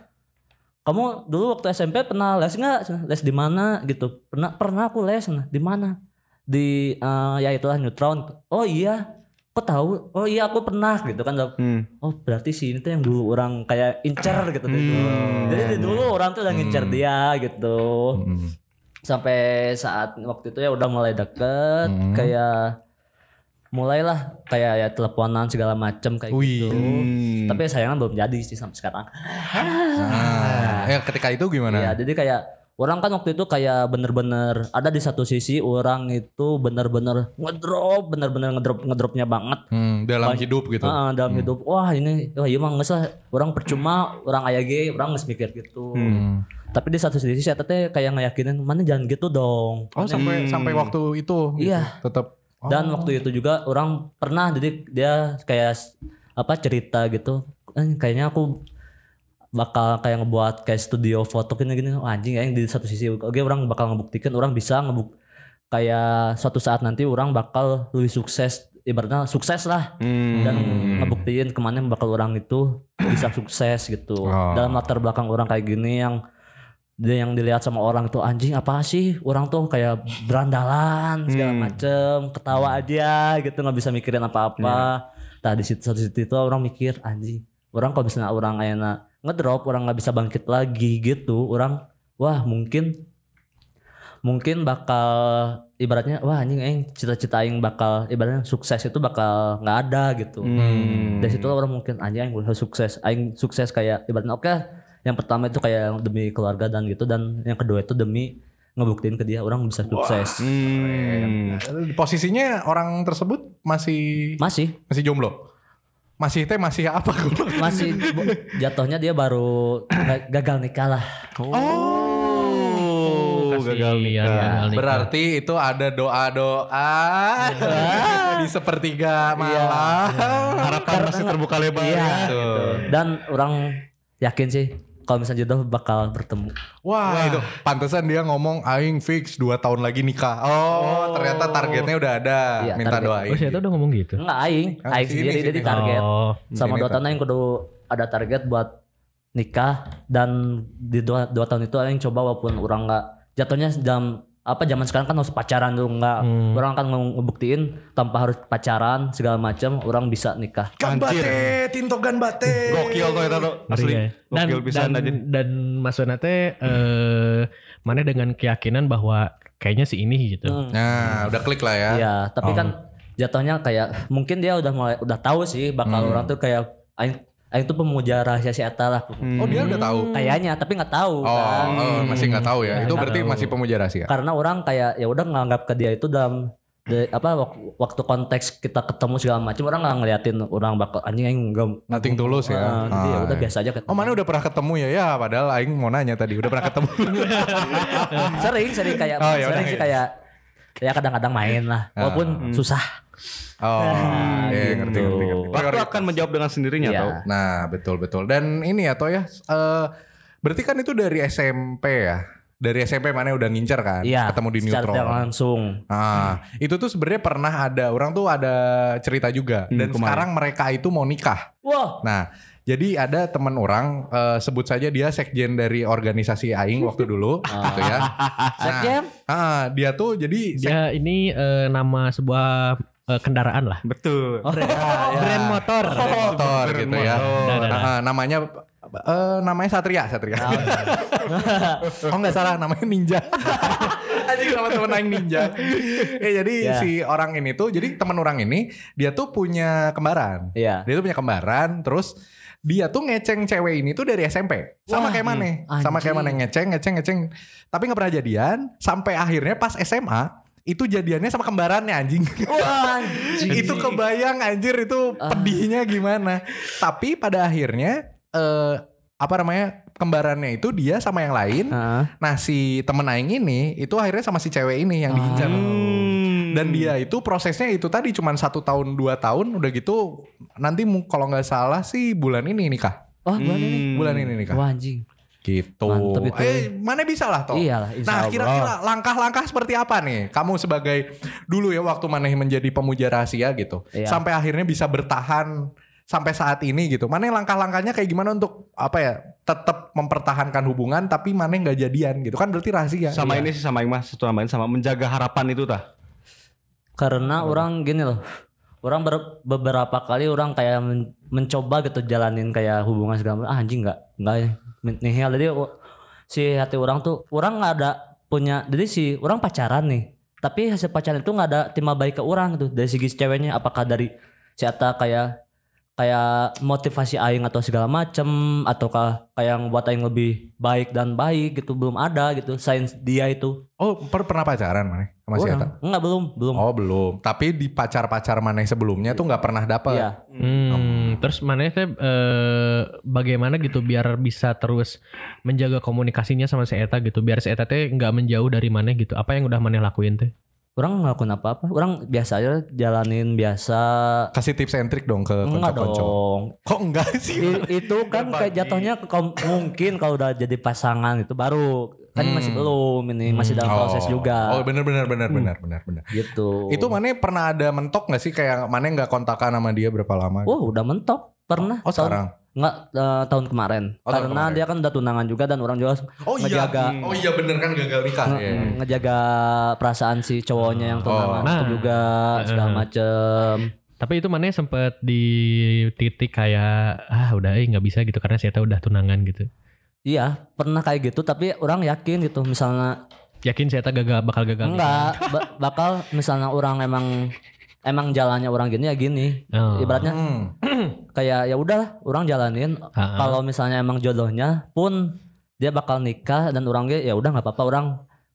[SPEAKER 4] kamu dulu waktu SMP pernah les nggak? Les di mana gitu? Pernah pernah aku les nah, di mana? Di eh, ya itulah neutron. Oh iya, kok tahu? Oh iya aku pernah gitu kan
[SPEAKER 2] Hmm.
[SPEAKER 4] oh berarti si ini tuh yang dulu orang kayak incer gitu tuh itu. Jadi dari dulu orang tuh udah ngincer dia gitu.
[SPEAKER 1] Hmm.
[SPEAKER 4] Sampai saat waktu itu ya udah mulai deket
[SPEAKER 1] Hmm.
[SPEAKER 4] kayak mulailah kayak ya teleponan segala macem kayak
[SPEAKER 1] Wih.
[SPEAKER 4] gitu.
[SPEAKER 2] Hmm.
[SPEAKER 4] Tapi sayangnya belum jadi sih sampai sekarang.
[SPEAKER 1] Nah, eh, ketika itu
[SPEAKER 4] Ya,
[SPEAKER 1] gimana?
[SPEAKER 4] jadi kayak orang kan waktu itu kayak bener-bener ada di satu sisi orang itu bener-bener ngedrop, bener-bener ngedrop ngedropnya banget.
[SPEAKER 1] Hmm, dalam hidup gitu.
[SPEAKER 4] Heeh, dalam hidup wah ini wah iya mah geus lah orang percuma orang aya ge orang geus mikir gitu
[SPEAKER 1] Hmm.
[SPEAKER 4] tapi di satu sisi saya teh kayak ngeyakinin mana jangan gitu dong
[SPEAKER 1] Oh, sampai sampai waktu itu gitu,
[SPEAKER 4] Iya.
[SPEAKER 1] tetap oh.
[SPEAKER 4] dan waktu itu juga orang pernah jadi dia kayak s- apa cerita gitu "Eh, kayaknya aku bakal kayak ngebuat kayak studio foto gini gini Wah, anjing ya di satu sisi oke orang bakal ngebuktikan orang bisa ngebuk kayak suatu saat nanti orang bakal lebih sukses ibaratnya sukses lah
[SPEAKER 2] Hmm.
[SPEAKER 4] dan ngebuktiin kemana bakal orang itu bisa sukses gitu
[SPEAKER 1] Oh.
[SPEAKER 4] dalam latar belakang orang kayak gini yang dia yang dilihat sama orang itu anjing apa sih orang tuh kayak berandalan segala
[SPEAKER 2] Hmm.
[SPEAKER 4] macem ketawa aja gitu nggak bisa mikirin apa-apa
[SPEAKER 2] Iya.
[SPEAKER 4] nah di situ satu situ itu orang mikir anjing orang kalau misalnya orang enak ngedrop orang nggak bisa bangkit lagi gitu orang wah mungkin mungkin bakal ibaratnya wah anjing aing cita-cita aing bakal ibaratnya sukses itu bakal nggak ada gitu.
[SPEAKER 2] Hmm.
[SPEAKER 4] Dari situ orang mungkin anjing aing harus sukses, aing sukses kayak ibaratnya oke yang pertama itu kayak demi keluarga dan gitu dan yang kedua itu demi ngebuktiin ke dia orang bisa sukses.
[SPEAKER 2] Hmm.
[SPEAKER 1] posisinya orang tersebut masih
[SPEAKER 4] Masih
[SPEAKER 1] masih jomblo. Masih teh masih apa [laughs] gua?
[SPEAKER 4] masih bu- jatuhnya dia baru ga- gagal nikah lah.
[SPEAKER 2] Oh, gagal
[SPEAKER 3] Kasihan, Iya,
[SPEAKER 2] nikah.
[SPEAKER 3] gagal nikah.
[SPEAKER 1] Berarti itu ada doa-doa [laughs] di sepertiga malam.
[SPEAKER 2] Harapan masih terbuka lebar.
[SPEAKER 4] Iya.
[SPEAKER 2] ya.
[SPEAKER 1] Tuh.
[SPEAKER 4] Dan orang yakin sih kalau misalnya jodoh bakal bertemu.
[SPEAKER 1] Wah, itu pantesan dia ngomong aing fix 2 tahun lagi nikah. Oh, ternyata targetnya udah ada.
[SPEAKER 4] Iya,
[SPEAKER 1] Minta
[SPEAKER 4] target.
[SPEAKER 1] doain.
[SPEAKER 3] Oh si Eta udah ngomong gitu.
[SPEAKER 4] Enggak aing,
[SPEAKER 1] Ah,
[SPEAKER 4] aing
[SPEAKER 1] sini,
[SPEAKER 4] sendiri
[SPEAKER 1] sini.
[SPEAKER 4] jadi target.
[SPEAKER 3] Oh.
[SPEAKER 4] sama
[SPEAKER 1] Ini
[SPEAKER 4] dua
[SPEAKER 1] tak-
[SPEAKER 4] tahun yang kudu ada target buat nikah dan di dua, dua tahun itu yang coba walaupun orang nggak jatuhnya jam apa zaman sekarang kan harus pacaran dulu nggak
[SPEAKER 3] Hmm.
[SPEAKER 4] orang akan nge- ngebuktiin tanpa harus pacaran segala macam orang bisa nikah
[SPEAKER 1] Kan
[SPEAKER 2] Anjir.
[SPEAKER 1] Gambate, Tinto Gambate.
[SPEAKER 2] Gokil tuh itu tuh.
[SPEAKER 1] Iya.
[SPEAKER 2] Asli.
[SPEAKER 4] Iya.
[SPEAKER 3] Ngeri, ya. Dan
[SPEAKER 2] Gokil
[SPEAKER 3] dan,
[SPEAKER 2] pisan aja.
[SPEAKER 3] dan maksudnya teh eh, mana dengan keyakinan bahwa kayaknya si ini gitu.
[SPEAKER 4] Hmm.
[SPEAKER 1] Nah, udah klik lah ya.
[SPEAKER 4] Iya, tapi kan
[SPEAKER 1] Oh.
[SPEAKER 4] jatuhnya kayak mungkin dia udah mulai udah tahu sih bakal
[SPEAKER 1] Hmm.
[SPEAKER 4] orang tuh kayak aing aing tuh pemuja rahasia si Eta lah
[SPEAKER 1] Oh, dia udah tahu.
[SPEAKER 4] kayaknya tapi nggak tahu
[SPEAKER 1] Oh,
[SPEAKER 4] kan.
[SPEAKER 1] oh, masih nggak tahu ya.
[SPEAKER 4] Iya,
[SPEAKER 1] Itu berarti masih pemuja rahasia.
[SPEAKER 4] karena orang kayak ya udah nganggap ke dia itu dalam de- apa wak- waktu konteks kita ketemu segala macam orang nggak ngeliatin orang bakal anjing aing enggak
[SPEAKER 1] Nothing tulus ya.
[SPEAKER 4] jadi ya
[SPEAKER 1] Ah,
[SPEAKER 4] udah
[SPEAKER 1] iya.
[SPEAKER 4] biasa aja ketemu.
[SPEAKER 1] Oh, mana udah pernah ketemu ya? Ya, padahal aing mau nanya tadi, udah pernah ketemu.
[SPEAKER 4] [laughs] sering sering kayak
[SPEAKER 1] Oh, ya udah,
[SPEAKER 4] sering
[SPEAKER 1] Ah.
[SPEAKER 4] sih
[SPEAKER 1] ya.
[SPEAKER 4] kayak ya kadang-kadang main lah
[SPEAKER 1] Hmm.
[SPEAKER 4] walaupun susah
[SPEAKER 1] Oh,
[SPEAKER 4] Nah,
[SPEAKER 1] iya, ngerti,
[SPEAKER 4] gitu.
[SPEAKER 1] ngerti, ngerti.
[SPEAKER 2] Waktu akan menjawab dengan sendirinya
[SPEAKER 4] Iya.
[SPEAKER 2] tau.
[SPEAKER 1] Nah, betul betul. Dan ini ya Toh ya, eh, berarti kan itu dari SMP ya. Dari SMP mana udah ngincer kan?
[SPEAKER 4] iya
[SPEAKER 1] Ketemu di
[SPEAKER 4] secara
[SPEAKER 1] Neutron.
[SPEAKER 4] tidak langsung
[SPEAKER 1] Nah, itu tuh sebenarnya pernah ada orang tuh ada cerita juga
[SPEAKER 4] Hmm,
[SPEAKER 1] dan
[SPEAKER 2] kemarin.
[SPEAKER 1] sekarang mereka itu mau nikah.
[SPEAKER 4] wah
[SPEAKER 1] Nah, jadi ada teman orang eh, sebut saja dia sekjen dari organisasi aing waktu
[SPEAKER 4] [laughs]
[SPEAKER 1] dulu gitu ya. Nah, [laughs]
[SPEAKER 4] Sekjen?
[SPEAKER 1] ah, dia tuh jadi sek-
[SPEAKER 3] Dia ini eh, nama sebuah eh, kendaraan lah.
[SPEAKER 4] Oh,
[SPEAKER 2] Betul.
[SPEAKER 1] ya.
[SPEAKER 2] Ah, iya.
[SPEAKER 3] Brand motor.
[SPEAKER 1] brand motor
[SPEAKER 2] Brand
[SPEAKER 1] gitu ya.
[SPEAKER 4] Nah,
[SPEAKER 2] motor.
[SPEAKER 1] Nah, namanya eh, namanya Satria, Satria.
[SPEAKER 4] Ah,
[SPEAKER 1] [laughs] oh nggak salah namanya
[SPEAKER 4] [laughs]
[SPEAKER 1] Ninja. Anjing sama temen aing Ninja. ya jadi
[SPEAKER 4] Ya.
[SPEAKER 1] si orang ini tuh jadi teman orang ini dia tuh punya kembaran.
[SPEAKER 4] Iya.
[SPEAKER 1] Dia tuh punya kembaran terus dia tuh ngeceng cewek ini tuh dari SMP. Sama
[SPEAKER 4] Wah,
[SPEAKER 1] kayak Mane. Sama kayak Mane
[SPEAKER 4] anjing.
[SPEAKER 1] ngeceng, ngeceng, ngeceng. Tapi nggak pernah jadian sampai akhirnya pas SMA itu jadiannya sama kembarannya anjing. [laughs]
[SPEAKER 4] Wah,
[SPEAKER 1] itu kebayang anjir itu
[SPEAKER 4] Ah.
[SPEAKER 1] pedihnya gimana. Tapi pada akhirnya eh apa namanya? kembarannya itu dia sama yang lain.
[SPEAKER 4] Ah.
[SPEAKER 1] Nah, si temen aing ini itu akhirnya sama si cewek ini yang diincar.
[SPEAKER 4] Ah. Hmm.
[SPEAKER 1] nah. Dan dia itu prosesnya itu tadi cuman satu tahun dua tahun udah gitu nanti mu- kalau nggak salah sih bulan ini nikah
[SPEAKER 4] Wah,
[SPEAKER 2] Ah,
[SPEAKER 4] bulan ini.
[SPEAKER 1] bulan Hmm. ini kan. nikah
[SPEAKER 4] Hmm. Wah, anjing.
[SPEAKER 1] gitu
[SPEAKER 4] Mantep itu. Iya.
[SPEAKER 1] eh mana bisa lah toh
[SPEAKER 4] Iyalah, insya
[SPEAKER 1] nah
[SPEAKER 4] Allah.
[SPEAKER 1] kira-kira langkah-langkah seperti apa nih kamu sebagai dulu ya waktu Maneh menjadi pemuja rahasia gitu
[SPEAKER 4] Iya.
[SPEAKER 1] sampai akhirnya bisa bertahan sampai saat ini gitu Maneh langkah-langkahnya kayak gimana untuk apa ya tetap mempertahankan hubungan tapi Maneh nggak jadian gitu kan berarti rahasia
[SPEAKER 2] sama
[SPEAKER 1] Iya.
[SPEAKER 2] ini sih sama yang mas satu nambahin sama menjaga harapan itu tah
[SPEAKER 4] Karena orang gini loh. Orang ber- beberapa kali orang kayak men- mencoba gitu jalanin kayak hubungan segala macam. Ah, anjing nggak nggak ya. Men- nihil. Jadi w- si hati orang tuh orang nggak ada punya. Jadi si orang pacaran nih. Tapi hasil pacaran itu nggak ada timah baik ke orang gitu dari segi ceweknya. Apakah dari si Ata kayak kayak motivasi aing atau segala macem ataukah kayak yang buat aing lebih baik dan baik gitu belum ada gitu sains dia itu
[SPEAKER 1] oh per- pernah pacaran Maneh sama si Eta?
[SPEAKER 4] Orang. Enggak belum belum
[SPEAKER 1] oh belum tapi di pacar-pacar Maneh sebelumnya tuh nggak pernah dapet
[SPEAKER 4] Iya.
[SPEAKER 3] Hmm, terus mana teh eh, bagaimana gitu biar bisa terus menjaga komunikasinya sama si Eta gitu biar si Eta teh nggak menjauh dari mana gitu apa yang udah mana lakuin teh
[SPEAKER 4] Orang ngelakuin apa-apa. Orang biasa aja jalanin biasa.
[SPEAKER 1] kasih tips and trick dong ke
[SPEAKER 4] Enggak
[SPEAKER 1] konco-konco
[SPEAKER 4] dong.
[SPEAKER 1] kok enggak sih
[SPEAKER 4] I- itu kan kayak jatuhnya ke kom- mungkin kalau udah jadi pasangan itu baru kan masih belum ini masih dalam
[SPEAKER 1] Hmm.
[SPEAKER 4] proses
[SPEAKER 1] Oh.
[SPEAKER 4] juga
[SPEAKER 1] Oh benar benar benar benar benar benar.
[SPEAKER 4] gitu.
[SPEAKER 1] Itu mana pernah ada mentok nggak sih kayak mana nggak kontakan sama dia berapa lama?
[SPEAKER 4] Wah udah mentok pernah.
[SPEAKER 1] oh sekarang.
[SPEAKER 4] Enggak eh, tahun kemarin.
[SPEAKER 1] Oh, tahun
[SPEAKER 4] Karena
[SPEAKER 1] kemarin.
[SPEAKER 4] dia kan udah tunangan juga dan orang juga
[SPEAKER 1] Oh iya.
[SPEAKER 4] ngejaga
[SPEAKER 1] Oh iya bener kan gagal nikah.
[SPEAKER 4] nge-
[SPEAKER 1] Iya.
[SPEAKER 4] ngejaga perasaan si cowoknya yang
[SPEAKER 3] Oh.
[SPEAKER 4] tunangan itu
[SPEAKER 3] Nah.
[SPEAKER 4] juga segala
[SPEAKER 3] Eh.
[SPEAKER 4] macem.
[SPEAKER 3] tapi itu mana sempet di titik kayak ah udah eh nggak bisa gitu karena si Eta udah tunangan gitu
[SPEAKER 4] Iya pernah kayak gitu tapi orang yakin gitu misalnya
[SPEAKER 3] yakin si Eta gagal bakal gagal gitu?
[SPEAKER 4] Enggak, ba- bakal misalnya orang emang emang jalannya orang gini ya gini.
[SPEAKER 3] Oh.
[SPEAKER 4] Ibaratnya
[SPEAKER 1] Hmm.
[SPEAKER 4] kayak ya udahlah, orang jalanin.
[SPEAKER 3] Ah.
[SPEAKER 4] Kalau misalnya emang jodohnya pun dia bakal nikah dan orang ge- ya udah nggak apa-apa orang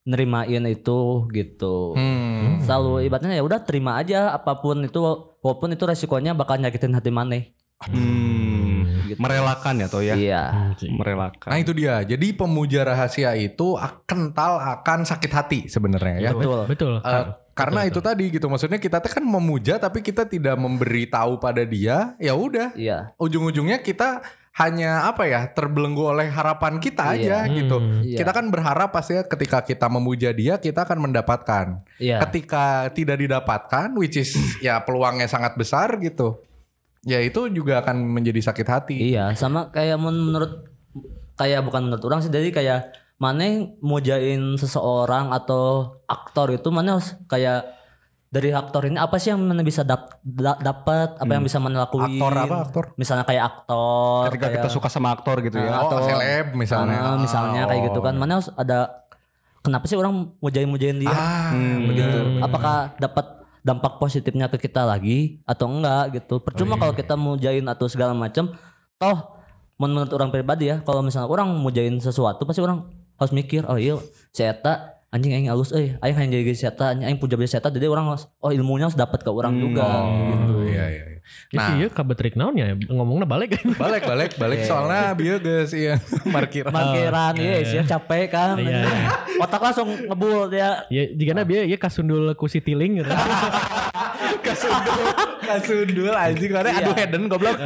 [SPEAKER 4] nerimain itu gitu.
[SPEAKER 1] Hmm.
[SPEAKER 4] Selalu ibaratnya ya udah terima aja apapun itu walaupun itu resikonya bakal nyakitin hati maneh.
[SPEAKER 1] Hmm.
[SPEAKER 4] Gitu.
[SPEAKER 2] merelakan ya toh ya
[SPEAKER 4] Iya.
[SPEAKER 1] Nah
[SPEAKER 2] merelakan
[SPEAKER 1] itu dia. Jadi pemuja rahasia itu ak- kental akan sakit hati sebenarnya ya.
[SPEAKER 4] Betul.
[SPEAKER 3] betul
[SPEAKER 1] Eh, karena itu tadi gitu maksudnya kita tuh kan memuja tapi kita tidak memberi tahu pada dia ya udah
[SPEAKER 4] Iya.
[SPEAKER 1] ujung-ujungnya kita hanya apa ya terbelenggu oleh harapan kita aja
[SPEAKER 4] Iya.
[SPEAKER 1] gitu
[SPEAKER 4] Iya.
[SPEAKER 1] kita kan berharap pastinya ketika kita memuja dia kita akan mendapatkan
[SPEAKER 4] Iya.
[SPEAKER 1] ketika tidak didapatkan which
[SPEAKER 4] [clears throat]
[SPEAKER 1] is ya peluangnya sangat besar gitu ya itu juga akan menjadi sakit hati
[SPEAKER 4] Iya, sama kayak men- menurut kayak bukan menurut orang sih, jadi kayak mana mujain seseorang atau aktor itu mana harus kayak dari aktor ini apa sih yang mana bisa dap, da- dapat apa yang bisa mana lakuin?
[SPEAKER 1] aktor apa aktor
[SPEAKER 4] Misalnya kayak aktor,
[SPEAKER 2] ketika
[SPEAKER 4] kayak,
[SPEAKER 2] kita suka sama aktor gitu ya
[SPEAKER 4] Nah,
[SPEAKER 1] oh
[SPEAKER 4] atau-
[SPEAKER 1] seleb misalnya
[SPEAKER 4] Ah, misalnya kayak gitu
[SPEAKER 1] oh.
[SPEAKER 4] kan, mana harus ada kenapa sih orang mujain mujain dia?
[SPEAKER 1] ah
[SPEAKER 4] gitu.
[SPEAKER 1] begitu
[SPEAKER 4] Apakah dapat dampak positifnya ke kita lagi atau enggak
[SPEAKER 3] Oh,
[SPEAKER 4] gitu?
[SPEAKER 3] iya,
[SPEAKER 4] Percuma kalau kita mujain atau segala macam, toh menurut orang pribadi ya, kalau misalnya orang mujain sesuatu pasti orang harus mikir, oh iya, si Eta anjing aing alus euy, aing hanya jadi si Eta, anjing aing puja jadi si Eta, jadi orang harus oh ilmunya harus dapat ke orang
[SPEAKER 3] Hmm.
[SPEAKER 4] juga
[SPEAKER 3] Oh.
[SPEAKER 4] gitu.
[SPEAKER 1] iya iya iya.
[SPEAKER 3] nah
[SPEAKER 1] Nah.
[SPEAKER 3] iya kabetrik naon ya ngomongnya balik [laughs]
[SPEAKER 1] balik balik balik
[SPEAKER 4] Iya.
[SPEAKER 1] soalnya biar guys
[SPEAKER 4] [laughs]
[SPEAKER 1] iya markiran
[SPEAKER 3] [laughs]
[SPEAKER 4] Markiran iya sih capek kan.
[SPEAKER 3] Iya, iya.
[SPEAKER 4] [laughs] Otak langsung ngebul dia.
[SPEAKER 3] ya jika
[SPEAKER 1] Nah.
[SPEAKER 3] dia ya kasundul ku si tiling gitu
[SPEAKER 1] kasundul anjing karena aduh Eden goblok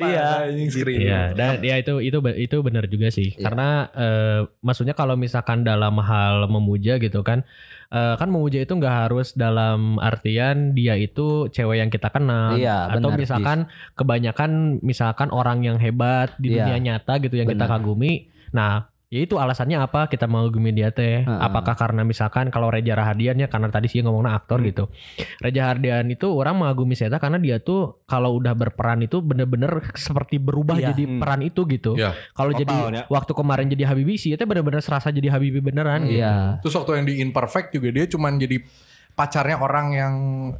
[SPEAKER 4] Iya.
[SPEAKER 1] anjing screen
[SPEAKER 3] Iya, dan ya itu itu itu benar juga sih. Karena eh, maksudnya kalau misalkan dalam hal memuja gitu kan, eh, kan memuja itu nggak harus dalam artian dia itu cewek yang kita kenal.
[SPEAKER 4] Iya,
[SPEAKER 3] atau
[SPEAKER 4] benar,
[SPEAKER 3] misalkan kebanyakan misalkan orang yang hebat di
[SPEAKER 4] Iya.
[SPEAKER 3] dunia nyata gitu yang kita
[SPEAKER 4] Benar.
[SPEAKER 3] kagumi. Nah, ya itu alasannya apa kita mau gumi dia teh
[SPEAKER 4] Ah.
[SPEAKER 3] apakah karena misalkan kalau Reza Rahadian ya karena tadi sih ngomongnya aktor
[SPEAKER 4] Hmm.
[SPEAKER 3] gitu Reza Rahadian itu orang mengagumi Seta karena dia tuh kalau udah berperan itu bener-bener seperti berubah
[SPEAKER 4] Iya.
[SPEAKER 3] jadi
[SPEAKER 2] Hmm.
[SPEAKER 3] peran itu gitu
[SPEAKER 1] Iya.
[SPEAKER 3] kalau
[SPEAKER 2] Total,
[SPEAKER 3] jadi
[SPEAKER 2] ya.
[SPEAKER 3] waktu kemarin jadi Habibie sih itu bener-bener serasa jadi Habibie
[SPEAKER 1] Hmm.
[SPEAKER 3] beneran gitu.
[SPEAKER 4] Iya.
[SPEAKER 1] Terus waktu yang di Imperfect juga dia cuman jadi pacarnya orang yang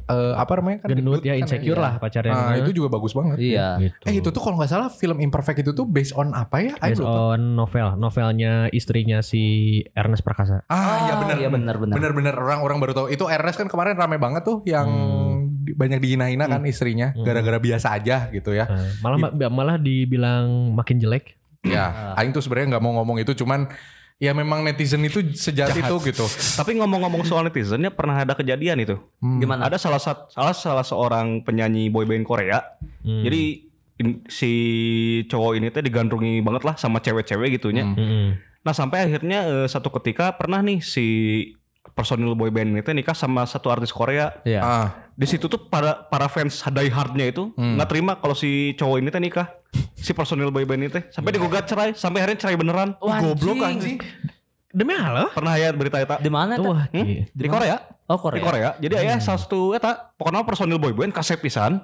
[SPEAKER 1] eh, apa namanya kan
[SPEAKER 3] gendut ya
[SPEAKER 1] kan
[SPEAKER 3] insecure lah pacarnya
[SPEAKER 1] Nah, itu juga bagus banget.
[SPEAKER 4] Iya.
[SPEAKER 3] gitu.
[SPEAKER 1] Eh itu tuh kalau nggak salah film Imperfect itu tuh based on apa ya? I
[SPEAKER 3] based
[SPEAKER 1] lupa.
[SPEAKER 3] on novel novelnya istrinya si Ernest Prakasa
[SPEAKER 1] Ah, ya benar.
[SPEAKER 4] Iya benar benar.
[SPEAKER 1] Bener-bener orang-orang baru tahu. Itu Ernest kan kemarin rame banget tuh yang di- banyak dihina-hina kan istrinya
[SPEAKER 3] Hmm.
[SPEAKER 1] gara-gara biasa aja gitu ya.
[SPEAKER 3] Eh, malah malah dibilang makin jelek
[SPEAKER 1] Ya,
[SPEAKER 3] Ah.
[SPEAKER 1] aing tuh sebenarnya nggak mau ngomong itu cuman ya memang netizen itu sejati
[SPEAKER 2] Jahat.
[SPEAKER 1] tuh gitu.
[SPEAKER 2] Tapi ngomong-ngomong soal netizennya pernah ada kejadian itu.
[SPEAKER 1] Hmm.
[SPEAKER 4] Gimana?
[SPEAKER 2] Ada salah sat- salah salah seorang penyanyi boyband Korea.
[SPEAKER 3] Hmm.
[SPEAKER 2] Jadi in- si cowok ini teh digandrungi banget lah sama cewek-cewek gitunya.
[SPEAKER 1] Hmm.
[SPEAKER 3] Mm-mm.
[SPEAKER 2] Nah sampai akhirnya eh, satu ketika pernah nih si personil boyband ini teh nikah sama satu artis Korea.
[SPEAKER 3] Ya.
[SPEAKER 4] Iya.
[SPEAKER 1] Ah,
[SPEAKER 2] Di situ tuh para para fans die hardnya itu
[SPEAKER 1] Hmm.
[SPEAKER 2] nggak terima kalau si cowok ini teh nikah. Si personil boyband ini teh sampai digugat cerai, sampai akhirnya cerai beneran.
[SPEAKER 4] Wah,
[SPEAKER 1] goblok anjing.
[SPEAKER 3] demi Allah
[SPEAKER 2] Pernah ya berita eta?
[SPEAKER 4] Di mana tuh?
[SPEAKER 3] Wah,
[SPEAKER 1] Iya.
[SPEAKER 2] Hmm?
[SPEAKER 3] di-
[SPEAKER 2] Di Korea.
[SPEAKER 4] Oh
[SPEAKER 2] Di
[SPEAKER 4] Korea.
[SPEAKER 2] Korea. Jadi aya salah satu eta pokoknya personil boyband kaset pisan.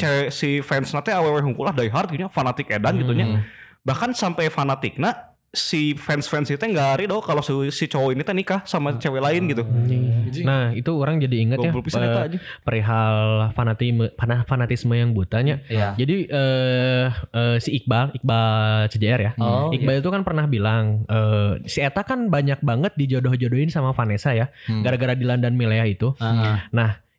[SPEAKER 2] Cewek si fans nate awewe hungkul lah die hard gitunya, fanatik edan gitunya. Bahkan sampai fanatikna si fans-fans itu nggak ridho kalau si, si cowok ini teh nikah sama cewek lain gitu.
[SPEAKER 3] Nah itu orang jadi ingat ya
[SPEAKER 2] Goblok pisan
[SPEAKER 3] eh,
[SPEAKER 2] eta aja.
[SPEAKER 3] perihal fanatisme fana- fanatisme yang butanya.
[SPEAKER 4] Iya.
[SPEAKER 3] Jadi eh, eh, si Iqbal Iqbal CJR ya.
[SPEAKER 4] Oh.
[SPEAKER 2] iya.
[SPEAKER 3] Iqbal itu kan pernah bilang eh, si Eta kan banyak banget dijodoh-jodohin sama Vanessa ya,
[SPEAKER 1] Hmm.
[SPEAKER 3] gara-gara di London Milea itu.
[SPEAKER 4] Heeh.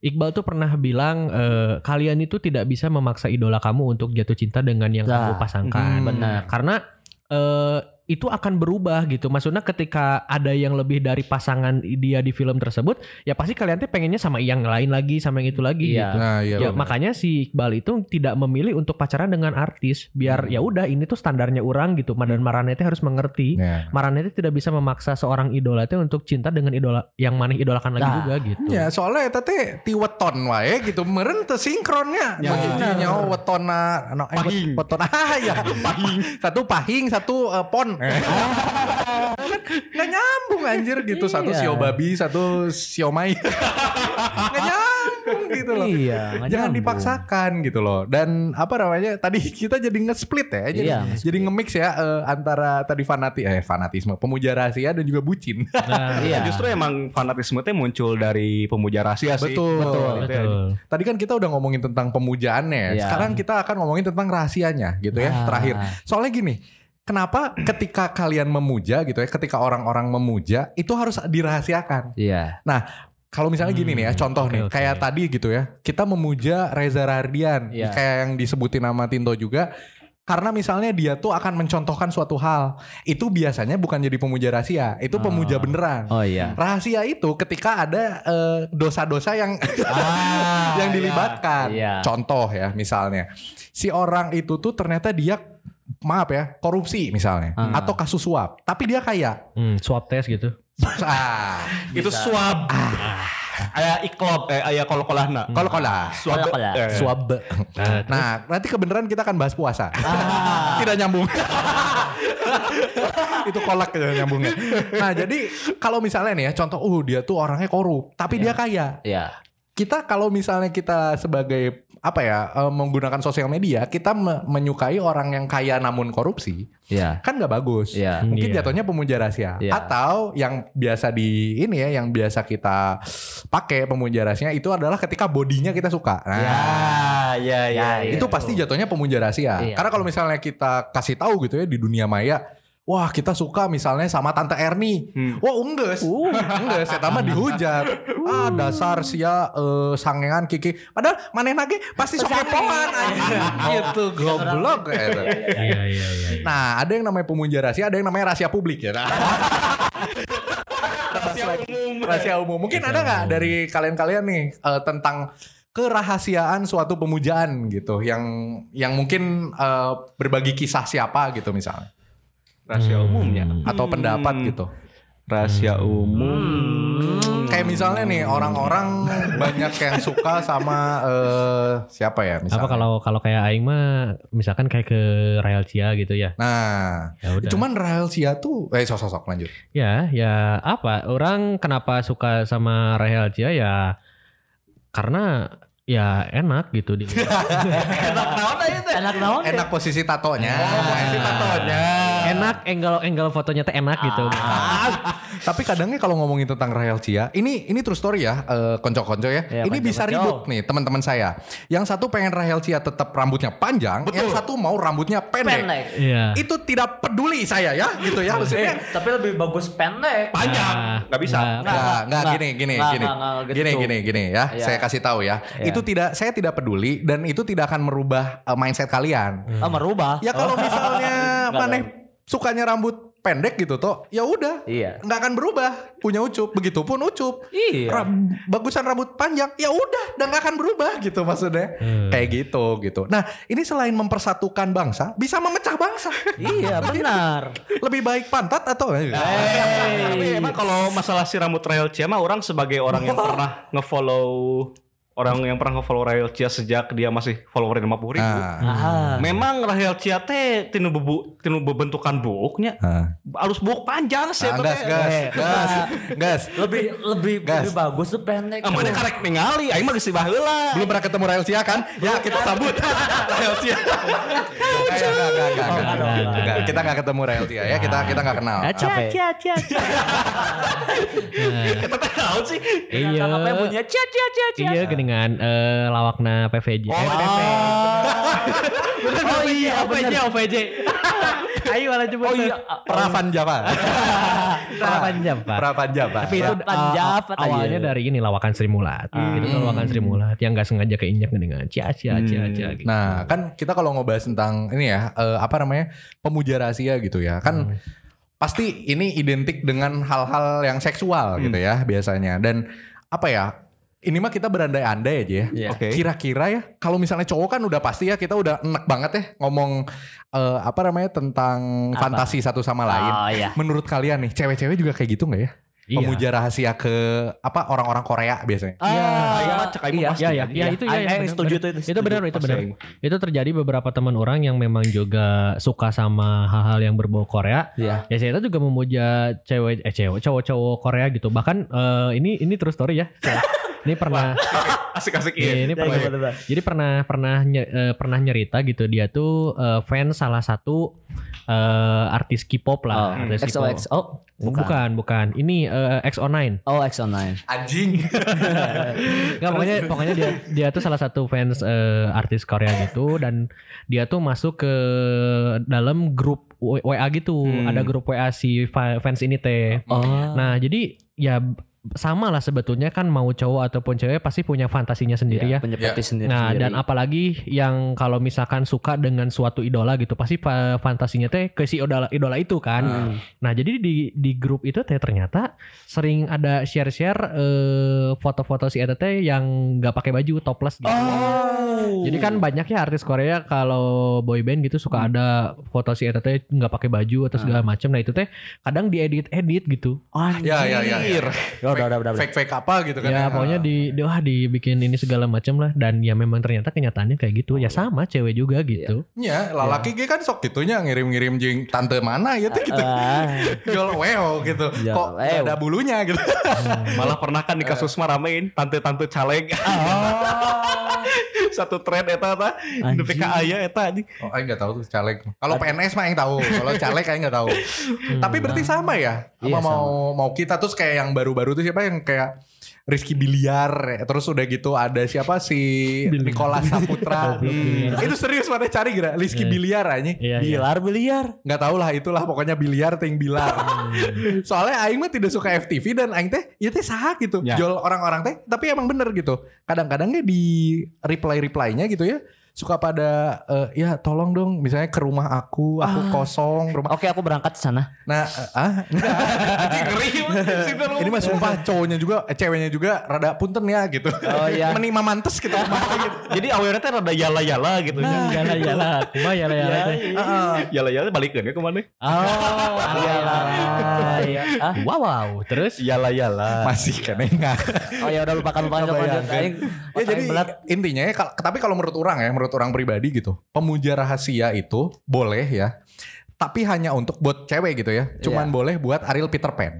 [SPEAKER 3] Iqbal tuh pernah bilang eh, kalian itu tidak bisa memaksa idola kamu untuk jatuh cinta dengan yang
[SPEAKER 2] Nah.
[SPEAKER 4] Lah.
[SPEAKER 3] kamu pasangkan.
[SPEAKER 1] Hmm.
[SPEAKER 4] Benar.
[SPEAKER 3] Karena eh, itu akan berubah gitu. Maksudnya ketika ada yang lebih dari pasangan dia di film tersebut, ya pasti kalian tuh pengennya sama yang lain lagi, sama yang itu lagi
[SPEAKER 4] Iya.
[SPEAKER 3] gitu.
[SPEAKER 1] Nah, iya.
[SPEAKER 3] Ya,
[SPEAKER 1] bener.
[SPEAKER 3] makanya si Iqbal itu tidak memilih untuk pacaran dengan artis biar ya udah ini tuh standarnya orang gitu. Dan Maranete harus mengerti.
[SPEAKER 1] Ya.
[SPEAKER 3] Maranete tidak bisa memaksa seorang idola itu untuk cinta dengan idola yang maneh idolakan lagi
[SPEAKER 4] Nah.
[SPEAKER 3] juga gitu.
[SPEAKER 1] Ya soalnya eta teh ti weton wae gitu meureun teu sinkronnya.
[SPEAKER 2] Ya.
[SPEAKER 1] Bener. Nyawa wetona [laughs] anu eh,
[SPEAKER 2] Pahing.
[SPEAKER 1] Weton ah ya pahing. Satu pahing, satu eh, pon. [laughs] Kan Nggak nyambung anjir gitu. Satu
[SPEAKER 4] Iya.
[SPEAKER 1] sio babi, satu sio mai. [laughs] Nggak nyambung gitu loh.
[SPEAKER 4] Iya. nggak
[SPEAKER 1] Jangan
[SPEAKER 4] nyambung.
[SPEAKER 1] dipaksakan gitu loh. Dan apa namanya? Tadi kita jadi nge-split ya. Jadi,
[SPEAKER 4] Iya,
[SPEAKER 1] jadi nge-mix ya eh, antara tadi fanati eh fanatisme, pemuja rahasia dan juga bucin. [laughs]
[SPEAKER 3] Nah,
[SPEAKER 4] Iya.
[SPEAKER 2] Justru emang fanatisme teh muncul dari pemuja rahasia sih.
[SPEAKER 1] Betul.
[SPEAKER 2] Betul. Itu ya.
[SPEAKER 3] betul.
[SPEAKER 1] Tadi kan kita udah ngomongin tentang pemujaannya. ya.
[SPEAKER 4] Iya.
[SPEAKER 1] Sekarang kita akan ngomongin tentang rahasianya gitu ya
[SPEAKER 4] Ah.
[SPEAKER 1] terakhir. Soalnya gini, kenapa ketika kalian memuja gitu ya, ketika orang-orang memuja itu harus dirahasiakan.
[SPEAKER 4] Iya.
[SPEAKER 1] Kalau misalnya gini
[SPEAKER 3] Hmm,
[SPEAKER 1] nih ya, contoh
[SPEAKER 3] oke,
[SPEAKER 1] nih,
[SPEAKER 3] oke.
[SPEAKER 1] kayak tadi gitu ya, kita memuja Reza Rahardian,
[SPEAKER 4] Iya.
[SPEAKER 1] kayak yang disebutin nama Tinto juga. Karena misalnya dia tuh akan mencontohkan suatu hal, itu biasanya bukan jadi pemuja rahasia, itu pemuja
[SPEAKER 4] Ah.
[SPEAKER 1] beneran.
[SPEAKER 4] Oh iya.
[SPEAKER 1] Rahasia itu ketika ada eh, dosa-dosa yang
[SPEAKER 4] Ah,
[SPEAKER 1] yang dilibatkan.
[SPEAKER 4] Iya.
[SPEAKER 1] Contoh ya misalnya si orang itu tuh ternyata dia maaf ya korupsi misalnya
[SPEAKER 4] Hmm.
[SPEAKER 1] atau kasus suap, tapi dia
[SPEAKER 4] [laughs]
[SPEAKER 1] kaya.
[SPEAKER 3] Hmm, swab test gitu.
[SPEAKER 1] ah,
[SPEAKER 2] Itu
[SPEAKER 4] Bisa.
[SPEAKER 2] suap. Aya iklop, eh, aya kolkolahna.
[SPEAKER 1] kalau kalau
[SPEAKER 2] Suap.
[SPEAKER 4] Kolkolah.
[SPEAKER 2] eh,
[SPEAKER 1] suap. Nah, nanti kebenaran kita akan bahas puasa. [laughs]
[SPEAKER 4] Ah.
[SPEAKER 1] Tidak nyambung. itu kolak ya nyambungnya. Nah, jadi kalau misalnya nih ya contoh uh dia tuh orangnya korup, tapi dia kaya.
[SPEAKER 4] Iya.
[SPEAKER 1] kita kalau misalnya kita sebagai apa ya eh, menggunakan sosial media kita me- menyukai orang yang kaya namun korupsi
[SPEAKER 4] Iya.
[SPEAKER 1] kan nggak bagus
[SPEAKER 4] Iya.
[SPEAKER 1] mungkin
[SPEAKER 3] Iya.
[SPEAKER 1] jatuhnya pemuja rahasia
[SPEAKER 4] Iya.
[SPEAKER 1] atau yang biasa di ini ya yang biasa kita pakai pemuja rahasia itu adalah ketika bodinya kita suka nah
[SPEAKER 2] Ah.
[SPEAKER 4] Iya,
[SPEAKER 2] ya, ya, ya.
[SPEAKER 1] itu pasti jatuhnya pemuja rahasia
[SPEAKER 4] Iya.
[SPEAKER 1] karena kalau misalnya kita kasih tahu gitu ya di dunia maya wah kita suka misalnya sama tante Erni
[SPEAKER 2] Hmm.
[SPEAKER 1] Wah ungges,
[SPEAKER 4] Uh.
[SPEAKER 1] [laughs] ungges, saya tambah dihujat. Ah dasar sia eh, sangean kiki. Padahal maneh lagi pasti sok kepoan anjing.
[SPEAKER 4] Iya.
[SPEAKER 1] Gitu goblok. gitu.
[SPEAKER 3] Iya iya iya.
[SPEAKER 1] Nah ada yang namanya pemuja rahasia, ada yang namanya rahasia publik ya. Nah,
[SPEAKER 2] Rahasia umum.
[SPEAKER 1] rahasia umum. Mungkin ada nggak dari kalian-kalian nih eh, tentang kerahasiaan suatu pemujaan gitu, yang yang mungkin eh, berbagi kisah siapa gitu misalnya,
[SPEAKER 2] Rahasia umumnya.
[SPEAKER 1] atau
[SPEAKER 2] Hmm.
[SPEAKER 1] pendapat gitu.
[SPEAKER 2] rahasia umum
[SPEAKER 1] Kayak misalnya nih orang-orang
[SPEAKER 2] Hmm.
[SPEAKER 1] banyak yang suka sama eh, siapa ya misalnya.
[SPEAKER 3] Apa kalau kalau kayak aing mah misalkan kayak ke Raelcia gitu ya.
[SPEAKER 1] Nah,
[SPEAKER 3] Ya udah.
[SPEAKER 1] cuman Raelsia tuh eh sosok-sosok lanjut.
[SPEAKER 3] Ya, ya apa? Orang kenapa suka sama Rahelcia ya karena ya enak gitu di.
[SPEAKER 4] Enak naon aja teh. Enak ya. naon teh.
[SPEAKER 1] Enak posisi tatonya.
[SPEAKER 2] Kasih tatonya.
[SPEAKER 3] enak angle-angle fotonya teh enak gitu.
[SPEAKER 1] Tapi kadangnya kalau ngomongin tentang Raelsia, ini ini true story ya, eh, konco-konco ya.
[SPEAKER 4] Ya,
[SPEAKER 1] ini
[SPEAKER 4] konco-konco.
[SPEAKER 1] bisa ribut nih teman-teman saya. Yang satu pengen Raelsia tetap rambutnya panjang, yang satu mau rambutnya pendek.
[SPEAKER 4] Pendek. Nah. Eh,
[SPEAKER 3] Iya.
[SPEAKER 1] Itu tidak peduli saya ya, gitu ya maksudnya.
[SPEAKER 4] Tapi lebih bagus pendek.
[SPEAKER 2] panjang
[SPEAKER 3] Nah,
[SPEAKER 2] nggak bisa
[SPEAKER 3] nah.
[SPEAKER 1] Enggak, enggak,
[SPEAKER 4] Enggak,
[SPEAKER 1] gini, gini,
[SPEAKER 4] enggak,
[SPEAKER 1] gini.
[SPEAKER 4] enggak, enggak gitu.
[SPEAKER 1] Gini, gini, gini ya.
[SPEAKER 4] Iya.
[SPEAKER 1] Saya kasih tahu ya.
[SPEAKER 4] Iya.
[SPEAKER 1] Itu tidak saya tidak peduli dan itu tidak akan merubah eh, mindset kalian.
[SPEAKER 4] Ah, merubah.
[SPEAKER 1] Ya kalau
[SPEAKER 4] [laughs]
[SPEAKER 1] misalnya
[SPEAKER 4] Enggak
[SPEAKER 1] maneh sukanya rambut pendek gitu toh, ya udah.
[SPEAKER 4] Iya.
[SPEAKER 1] Nggak akan berubah. Punya Ucup, begitupun Ucup.
[SPEAKER 4] Iya.
[SPEAKER 1] Ram- bagusan rambut panjang, ya udah dan nggak akan berubah gitu maksudnya.
[SPEAKER 3] Hmm.
[SPEAKER 1] Kayak gitu gitu. Nah, ini selain mempersatukan bangsa, bisa memecah bangsa. [laughs]
[SPEAKER 4] Iya benar.
[SPEAKER 1] Lebih baik pantat atau Ah,
[SPEAKER 2] Tapi emang kalau masalah si rambut Rael Cia mah orang sebagai orang
[SPEAKER 1] [laughs]
[SPEAKER 2] yang pernah ngefollow orang yang pernah ngefollow Rael Cia sejak dia masih followerin 50 ribu.
[SPEAKER 1] Nah.
[SPEAKER 4] Ah.
[SPEAKER 2] Memang Rahel Cia teh tinu bebu tinu bebentukan buuknya
[SPEAKER 1] Nah.
[SPEAKER 2] harus buuk panjang sih
[SPEAKER 1] Ah,
[SPEAKER 2] eta
[SPEAKER 1] gas,
[SPEAKER 2] teh.
[SPEAKER 1] gas,
[SPEAKER 4] Eh,
[SPEAKER 1] gas, gas.
[SPEAKER 4] Lebih lebih
[SPEAKER 1] Gas.
[SPEAKER 4] lebih bagus tuh pendek.
[SPEAKER 2] Ah, mana karek ningali aing mah geus si baheula.
[SPEAKER 1] Belum pernah ketemu Raelsia kan? Ya kita
[SPEAKER 2] [laughs]
[SPEAKER 1] sambut Raelsia. Eh, enggak, enggak, enggak, enggak,
[SPEAKER 4] enggak dong,
[SPEAKER 1] enggak.
[SPEAKER 3] enggak.
[SPEAKER 1] Kita enggak ketemu Raelsia ya, kita kita enggak
[SPEAKER 3] nah,
[SPEAKER 1] kenal.
[SPEAKER 4] Ah, capek.
[SPEAKER 2] Eta teh naon sih?
[SPEAKER 3] Iya.
[SPEAKER 4] Apa yang bunyinya cia cia cia cia.
[SPEAKER 3] Iya geningan eh, lawakna PVJ.
[SPEAKER 2] Oh,
[SPEAKER 1] Iya.
[SPEAKER 3] Oh iya, OVJ, OVJ. Ayo malah coba.
[SPEAKER 4] Oh iya.
[SPEAKER 1] Pravan Java.
[SPEAKER 3] Terapan jam, Pak.
[SPEAKER 1] Pravan Java.
[SPEAKER 3] Tapi itu
[SPEAKER 4] Terapan
[SPEAKER 3] uh,
[SPEAKER 4] Java,
[SPEAKER 3] aw- awalnya
[SPEAKER 4] ayo.
[SPEAKER 3] dari ini lawakan Sri Mulat. Itu tuh lawakan Sri Mulat yang gak sengaja keinjak dengan cia cia cia cia gitu.
[SPEAKER 1] Nah, kan kita kalau ngebahas tentang ini ya, eh, apa namanya? pemuja rahasia gitu ya. Kan pasti ini identik dengan hal-hal yang seksual gitu ya biasanya. Dan apa ya? Ini mah kita berandai-andai aja ya.
[SPEAKER 4] Iya.
[SPEAKER 2] Oke.
[SPEAKER 1] Kira-kira ya, kalau misalnya cowok kan udah pasti ya kita udah enek banget ya ngomong eh, apa namanya tentang
[SPEAKER 4] Apa?
[SPEAKER 1] fantasi satu sama lain.
[SPEAKER 4] Oh iya.
[SPEAKER 1] Menurut kalian nih, cewek-cewek juga kayak gitu nggak ya?
[SPEAKER 3] Iya.
[SPEAKER 1] Pemuja rahasia ke apa orang-orang Korea biasanya?
[SPEAKER 2] Iya.
[SPEAKER 4] Ah,
[SPEAKER 2] Aing mah cek aing mah
[SPEAKER 4] iya.
[SPEAKER 2] pasti.
[SPEAKER 3] Ya, ya, ya, itu ya.
[SPEAKER 4] Aing-
[SPEAKER 3] yang
[SPEAKER 4] aing
[SPEAKER 3] benar,
[SPEAKER 4] setuju
[SPEAKER 3] benar.
[SPEAKER 4] tuh, itu
[SPEAKER 3] Itu benar,
[SPEAKER 4] setuju.
[SPEAKER 3] itu
[SPEAKER 2] Pasti
[SPEAKER 3] benar.
[SPEAKER 2] aing mah.
[SPEAKER 3] Itu terjadi beberapa teman orang yang memang juga suka sama hal-hal yang berbau Korea.
[SPEAKER 4] Iya.
[SPEAKER 3] Ya saya itu juga memuja cewek eh cewek cowok-cowok Korea gitu. Bahkan eh, ini ini terus story ya. Ini pernah
[SPEAKER 2] Asik-asik iya.
[SPEAKER 3] ini
[SPEAKER 4] Iya,
[SPEAKER 3] pernah
[SPEAKER 4] iya, benar.
[SPEAKER 3] Jadi pernah pernah nye- eh, pernah nyerita gitu dia tuh eh, fans salah satu eh, artis K-pop lah,
[SPEAKER 4] Oh,
[SPEAKER 3] artis K-pop.
[SPEAKER 4] XOXO.
[SPEAKER 3] Bukan, bukan. Ini eh, XO9.
[SPEAKER 4] Oh, XO9.
[SPEAKER 1] Anjing.
[SPEAKER 3] Nggak, pokoknya pokoknya dia dia tuh salah satu fans eh, artis Korea gitu dan dia tuh masuk ke dalam grup W- WA gitu.
[SPEAKER 2] Hmm.
[SPEAKER 3] Ada grup WA si fa- fans ini teh.
[SPEAKER 4] Oh.
[SPEAKER 3] Nah, jadi ya b- sama lah sebetulnya kan mau cowok ataupun cewek pasti punya fantasinya sendiri ya.
[SPEAKER 4] Penyepati Iya, sendiri.
[SPEAKER 3] Nah, dan apalagi yang kalau misalkan suka dengan suatu idola gitu, pasti fa- fantasinya teh ke si idola, idola itu kan.
[SPEAKER 4] Hmm.
[SPEAKER 3] Nah, jadi di di grup itu teh ternyata sering ada share-share eh, foto-foto si eta teh yang nggak pakai baju, topless gitu. Jadi kan banyak ya artis Korea kalau boyband gitu suka ada foto si eta teh nggak pakai baju atau segala macam. Nah, itu teh kadang diedit-edit gitu.
[SPEAKER 4] Iya,
[SPEAKER 1] Ya, ya, ya. ya.
[SPEAKER 4] Ya, udah, udah, udah, udah.
[SPEAKER 1] Fake-fake apa gitu kan.
[SPEAKER 3] Ya pokoknya di, di wah dibikin ini segala macam lah dan ya memang ternyata kenyataannya kayak gitu. Ya sama cewek juga gitu.
[SPEAKER 1] Ya, lalaki ge kan sok gitunya ngirim-ngirim jeung tante mana ya tuh gitu.
[SPEAKER 4] Ah.
[SPEAKER 1] Jol weo gitu.
[SPEAKER 4] Jol
[SPEAKER 1] Kok nggak
[SPEAKER 4] weo.
[SPEAKER 1] ada bulunya gitu.
[SPEAKER 2] Malah pernah kan di kasus mah ramein tante-tante caleg. [laughs] Satu tren eta eta
[SPEAKER 4] Anjing.
[SPEAKER 2] nepi ka aya ya, eta anjing.
[SPEAKER 1] Oh, aing enggak tahu tuh caleg. Kalau PNS mah aing tahu, kalau caleg aing enggak tahu. Tapi berarti sama ya? Apa
[SPEAKER 4] Iya,
[SPEAKER 1] mau mau kita terus kayak yang baru-baru tuh siapa yang kayak Rizky Biliar ya. terus udah gitu ada siapa si Nicola Saputra Hmm. itu serius mana cari gak Rizky
[SPEAKER 3] Iya.
[SPEAKER 1] Biliar aja
[SPEAKER 3] Iya. iya.
[SPEAKER 4] Bilar biliar.
[SPEAKER 1] nggak tahu lah itulah pokoknya biliar ting bilar soalnya aing mah tidak suka FTV dan aing teh ya teh sah gitu
[SPEAKER 2] Ya.
[SPEAKER 1] jual orang-orang teh tapi emang bener gitu kadang-kadangnya di reply replynya gitu ya suka pada eh, ya tolong dong misalnya ke rumah aku, aku
[SPEAKER 4] Ah.
[SPEAKER 1] kosong rumah.
[SPEAKER 4] Oke, aku berangkat sana.
[SPEAKER 1] Nah, eh, ah,
[SPEAKER 2] Ngeri
[SPEAKER 1] ini mah sumpah cowoknya juga, eh, ceweknya juga rada punten ya gitu.
[SPEAKER 4] Oh, iya.
[SPEAKER 1] [laughs] Menima mantes gitu.
[SPEAKER 2] Jadi awalnya teh rada yala-yala gitu.
[SPEAKER 3] Yala yala, cuma yala
[SPEAKER 4] Ya,
[SPEAKER 1] Ya,
[SPEAKER 3] yala.
[SPEAKER 1] iya.
[SPEAKER 2] Yala-yala balikin ke mana?
[SPEAKER 3] Oh,
[SPEAKER 4] Iyalah. Iya. Ah,
[SPEAKER 3] Wow, wow. Terus
[SPEAKER 2] Yala-yala.
[SPEAKER 1] Masih kan enggak.
[SPEAKER 4] Oh ya udah lupakan lupakan
[SPEAKER 1] Nggak
[SPEAKER 4] lupakan, lanjut.
[SPEAKER 1] bayangkan.
[SPEAKER 4] Aing,
[SPEAKER 1] Ya
[SPEAKER 4] otak
[SPEAKER 1] jadi
[SPEAKER 4] aing belat.
[SPEAKER 1] intinya ya kal- tapi kalau menurut orang ya, menurut orang pribadi gitu, pemuja rahasia itu boleh ya. Tapi hanya untuk buat cewek gitu ya. Cuman
[SPEAKER 4] Iya.
[SPEAKER 1] boleh buat Ariel Peter
[SPEAKER 4] [laughs]
[SPEAKER 1] Pan.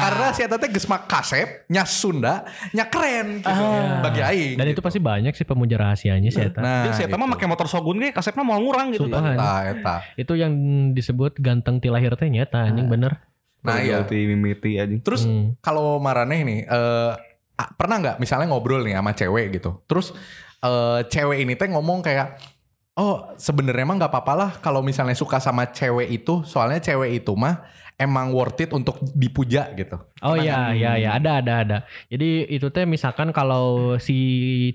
[SPEAKER 1] Karena si Eta teh geus mah kasep, nya Sunda, nya keren gitu
[SPEAKER 4] Ah.
[SPEAKER 1] bagi aing.
[SPEAKER 3] dan itu
[SPEAKER 1] gitu.
[SPEAKER 3] pasti banyak sih pemuja rahasianya sih Eta.
[SPEAKER 1] Nah,
[SPEAKER 2] Dia saya
[SPEAKER 1] gitu.
[SPEAKER 2] mah pakai motor Shogun ge kasepna mau ngurang gitu.
[SPEAKER 3] Sumpah.
[SPEAKER 1] Eta, eta.
[SPEAKER 3] Itu yang disebut ganteng ti lahir teh nyata anjing bener.
[SPEAKER 1] Nah, iya.
[SPEAKER 2] Ulti mimiti anjing.
[SPEAKER 1] Terus
[SPEAKER 3] Hmm.
[SPEAKER 1] kalau Maraneh nih eh, a- pernah nggak misalnya ngobrol nih sama cewek gitu. Terus eh, cewek ini teh ngomong kayak oh sebenarnya emang nggak apa-apa lah kalau misalnya suka sama cewek itu soalnya cewek itu mah emang worth it untuk dipuja gitu.
[SPEAKER 3] Oh iya iya iya ada ada ada. Jadi itu teh misalkan kalau si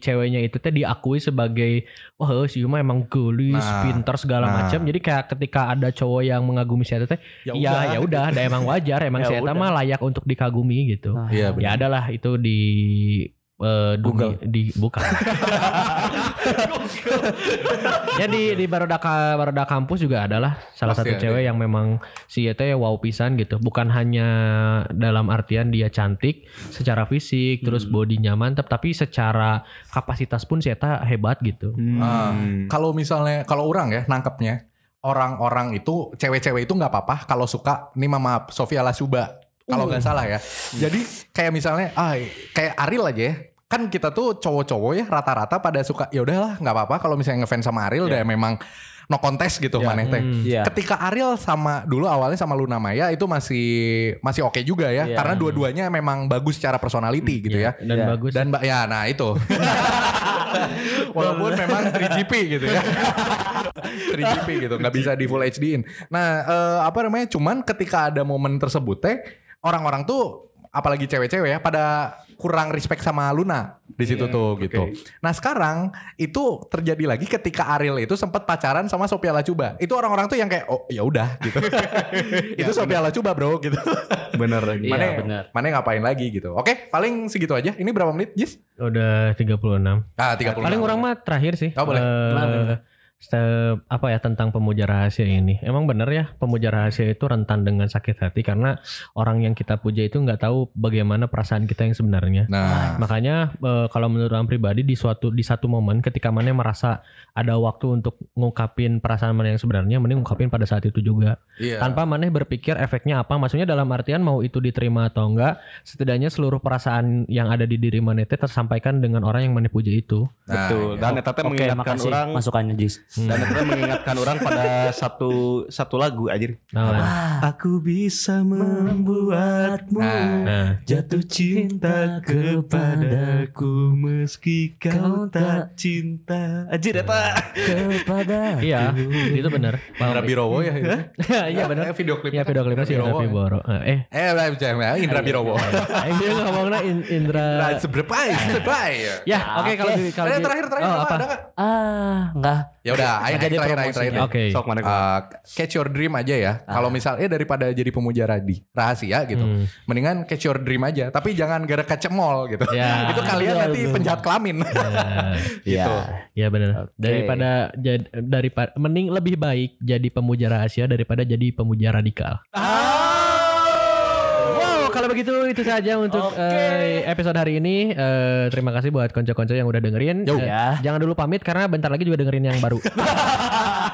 [SPEAKER 3] ceweknya itu teh diakui sebagai wah eh, si Yuma emang gelis,
[SPEAKER 1] Nah,
[SPEAKER 3] pintar segala
[SPEAKER 1] nah.
[SPEAKER 3] macam. Jadi kayak ketika ada cowok yang mengagumi si Eta teh, ya ya udah, ada emang wajar,
[SPEAKER 2] Ya
[SPEAKER 3] emang si Eta
[SPEAKER 2] udah.
[SPEAKER 3] mah layak untuk dikagumi gitu.
[SPEAKER 4] Ah,
[SPEAKER 1] Iya
[SPEAKER 3] ya
[SPEAKER 1] benar.
[SPEAKER 3] adalah itu di eh, dunia-
[SPEAKER 1] Google.
[SPEAKER 3] di
[SPEAKER 1] [laughs]
[SPEAKER 3] bukan ya di di Barodaka Baroda kampus juga adalah salah
[SPEAKER 1] Pasti ada.
[SPEAKER 3] satu
[SPEAKER 1] ya.
[SPEAKER 3] cewek yang memang si Eta ya wow pisan gitu bukan hanya dalam artian dia cantik secara fisik
[SPEAKER 1] Hmm.
[SPEAKER 3] terus bodinya mantap tapi secara kapasitas pun si Eta hebat gitu
[SPEAKER 2] Hmm.
[SPEAKER 1] Kalau misalnya kalau orang ya nangkepnya orang-orang itu cewek-cewek itu nggak apa-apa kalau suka ini mah maaf Sofia Lasuba kalau nggak salah ya. Jadi kayak misalnya ah kayak Ariel aja ya. Kan kita tuh cowok-cowok ya rata-rata pada suka ya udahlah nggak apa-apa kalau misalnya ngefans sama Ariel udah memang no contest gitu
[SPEAKER 2] Ya.
[SPEAKER 1] maneh teh.
[SPEAKER 4] Iya.
[SPEAKER 1] Ketika Ariel sama dulu awalnya sama Luna Maya itu masih masih oke juga ya
[SPEAKER 4] Iya.
[SPEAKER 1] karena dua-duanya memang bagus secara personality gitu ya.
[SPEAKER 3] dan
[SPEAKER 4] Iya.
[SPEAKER 3] bagus
[SPEAKER 1] Dan Mbak ya nah itu. Walaupun memang 3GP gitu ya. 3GP gitu nggak bisa di full HD-in. Nah, eh, apa namanya? Cuman ketika ada momen tersebut teh orang-orang tuh apalagi cewek-cewek ya pada kurang respect sama Luna di situ tuh gitu. Nah, sekarang itu terjadi lagi ketika Ariel itu sempat pacaran sama Sophia Lacuba. Itu orang-orang tuh yang kayak oh ya udah gitu. itu Sophia Lacuba, Bro gitu.
[SPEAKER 2] Bener ya? anjing.
[SPEAKER 4] Iya,
[SPEAKER 1] Mana
[SPEAKER 4] benar.
[SPEAKER 1] mana ngapain lagi gitu. Oke, paling segitu aja. Ini berapa menit, Jis?
[SPEAKER 3] udah 36
[SPEAKER 1] Ah, 30.
[SPEAKER 3] Paling orang mah terakhir sih.
[SPEAKER 1] Oh, boleh.
[SPEAKER 3] Eh, se- apa ya tentang pemuja rahasia ini. Emang bener ya pemuja rahasia itu rentan dengan sakit hati karena orang yang kita puja itu nggak tahu bagaimana perasaan kita yang sebenarnya.
[SPEAKER 1] Nah,
[SPEAKER 3] Makanya eh, kalau menurut orang pribadi di suatu di satu momen ketika mana merasa ada waktu untuk ngungkapin perasaan mana yang sebenarnya mending ngungkapin pada saat itu juga.
[SPEAKER 1] iya.
[SPEAKER 3] Tanpa maneh berpikir efeknya apa. Maksudnya dalam artian mau itu diterima atau enggak, setidaknya seluruh perasaan yang ada di diri maneh teh tersampaikan dengan orang yang maneh puja itu.
[SPEAKER 1] Nah, iya.
[SPEAKER 2] Betul. Dan eta teh
[SPEAKER 4] Oke,
[SPEAKER 2] mengingatkan
[SPEAKER 4] makasih
[SPEAKER 2] orang
[SPEAKER 4] masukannya Jis.
[SPEAKER 2] dan itu mengingatkan orang pada satu satu lagu anjir.
[SPEAKER 3] Nah,
[SPEAKER 4] Ah.
[SPEAKER 2] Aku bisa membuatmu
[SPEAKER 1] Nah.
[SPEAKER 3] nah.
[SPEAKER 2] jatuh cinta kepadaku meski kau tak cinta. Anjir eta.
[SPEAKER 4] Kepada
[SPEAKER 3] Iya, itu benar.
[SPEAKER 1] Indra Birowo ya. itu.
[SPEAKER 3] [laughs] Iya
[SPEAKER 1] Eh,
[SPEAKER 3] benar.
[SPEAKER 1] video klip.
[SPEAKER 3] Iya video klipnya si Indra Eh.
[SPEAKER 1] Birowo.
[SPEAKER 3] Birowo. Eh,
[SPEAKER 1] Eh, lah, jangan, Indra Birowo.
[SPEAKER 3] aing dia ngomongnya In-
[SPEAKER 1] Nah,
[SPEAKER 3] Indra.
[SPEAKER 1] surprise, surprise.
[SPEAKER 3] Ya, oke kalau di kalau
[SPEAKER 1] Eh,
[SPEAKER 3] di-
[SPEAKER 1] terakhir terakhir
[SPEAKER 3] oh,
[SPEAKER 1] apa?
[SPEAKER 3] apa?
[SPEAKER 1] ada nggak?
[SPEAKER 4] Ah, enggak.
[SPEAKER 1] Ya udah, ayo
[SPEAKER 4] Jadi
[SPEAKER 1] terakhir ayo
[SPEAKER 4] promosinya.
[SPEAKER 1] terakhir.
[SPEAKER 3] Oke. Ah.
[SPEAKER 2] Sok mana gua?
[SPEAKER 1] Eh, catch your dream aja ya. Kalau misalnya daripada jadi pemuja radi rahasia gitu,
[SPEAKER 3] Hmm.
[SPEAKER 1] mendingan catch your dream aja. Tapi jangan gara kacemol gitu.
[SPEAKER 3] Ya.
[SPEAKER 1] Itu kalian nanti penjahat kelamin.
[SPEAKER 3] [laughs] Nah,
[SPEAKER 1] gitu.
[SPEAKER 3] ya benar.
[SPEAKER 4] Oke.
[SPEAKER 3] Daripada jad- daripada mending lebih baik jadi pemuja rahasia daripada jadi pemuja radikal.
[SPEAKER 2] Ah.
[SPEAKER 3] Wow, kalau begitu itu saja untuk eh, episode hari ini. Eh, terima kasih buat konco-konco yang udah dengerin.
[SPEAKER 1] Yo.
[SPEAKER 3] Eh, Jangan dulu pamit karena bentar lagi juga dengerin yang baru.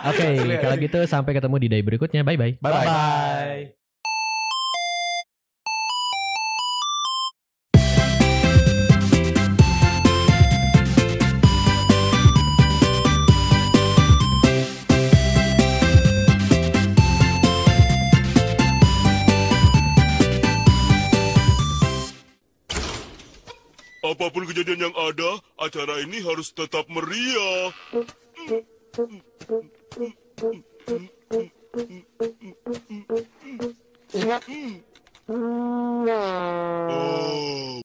[SPEAKER 3] Oke, kalau gitu sampai ketemu di day berikutnya. Bye bye.
[SPEAKER 1] Bye bye.
[SPEAKER 4] Bye.
[SPEAKER 5] Apapun kejadian yang ada, acara ini harus tetap meriah.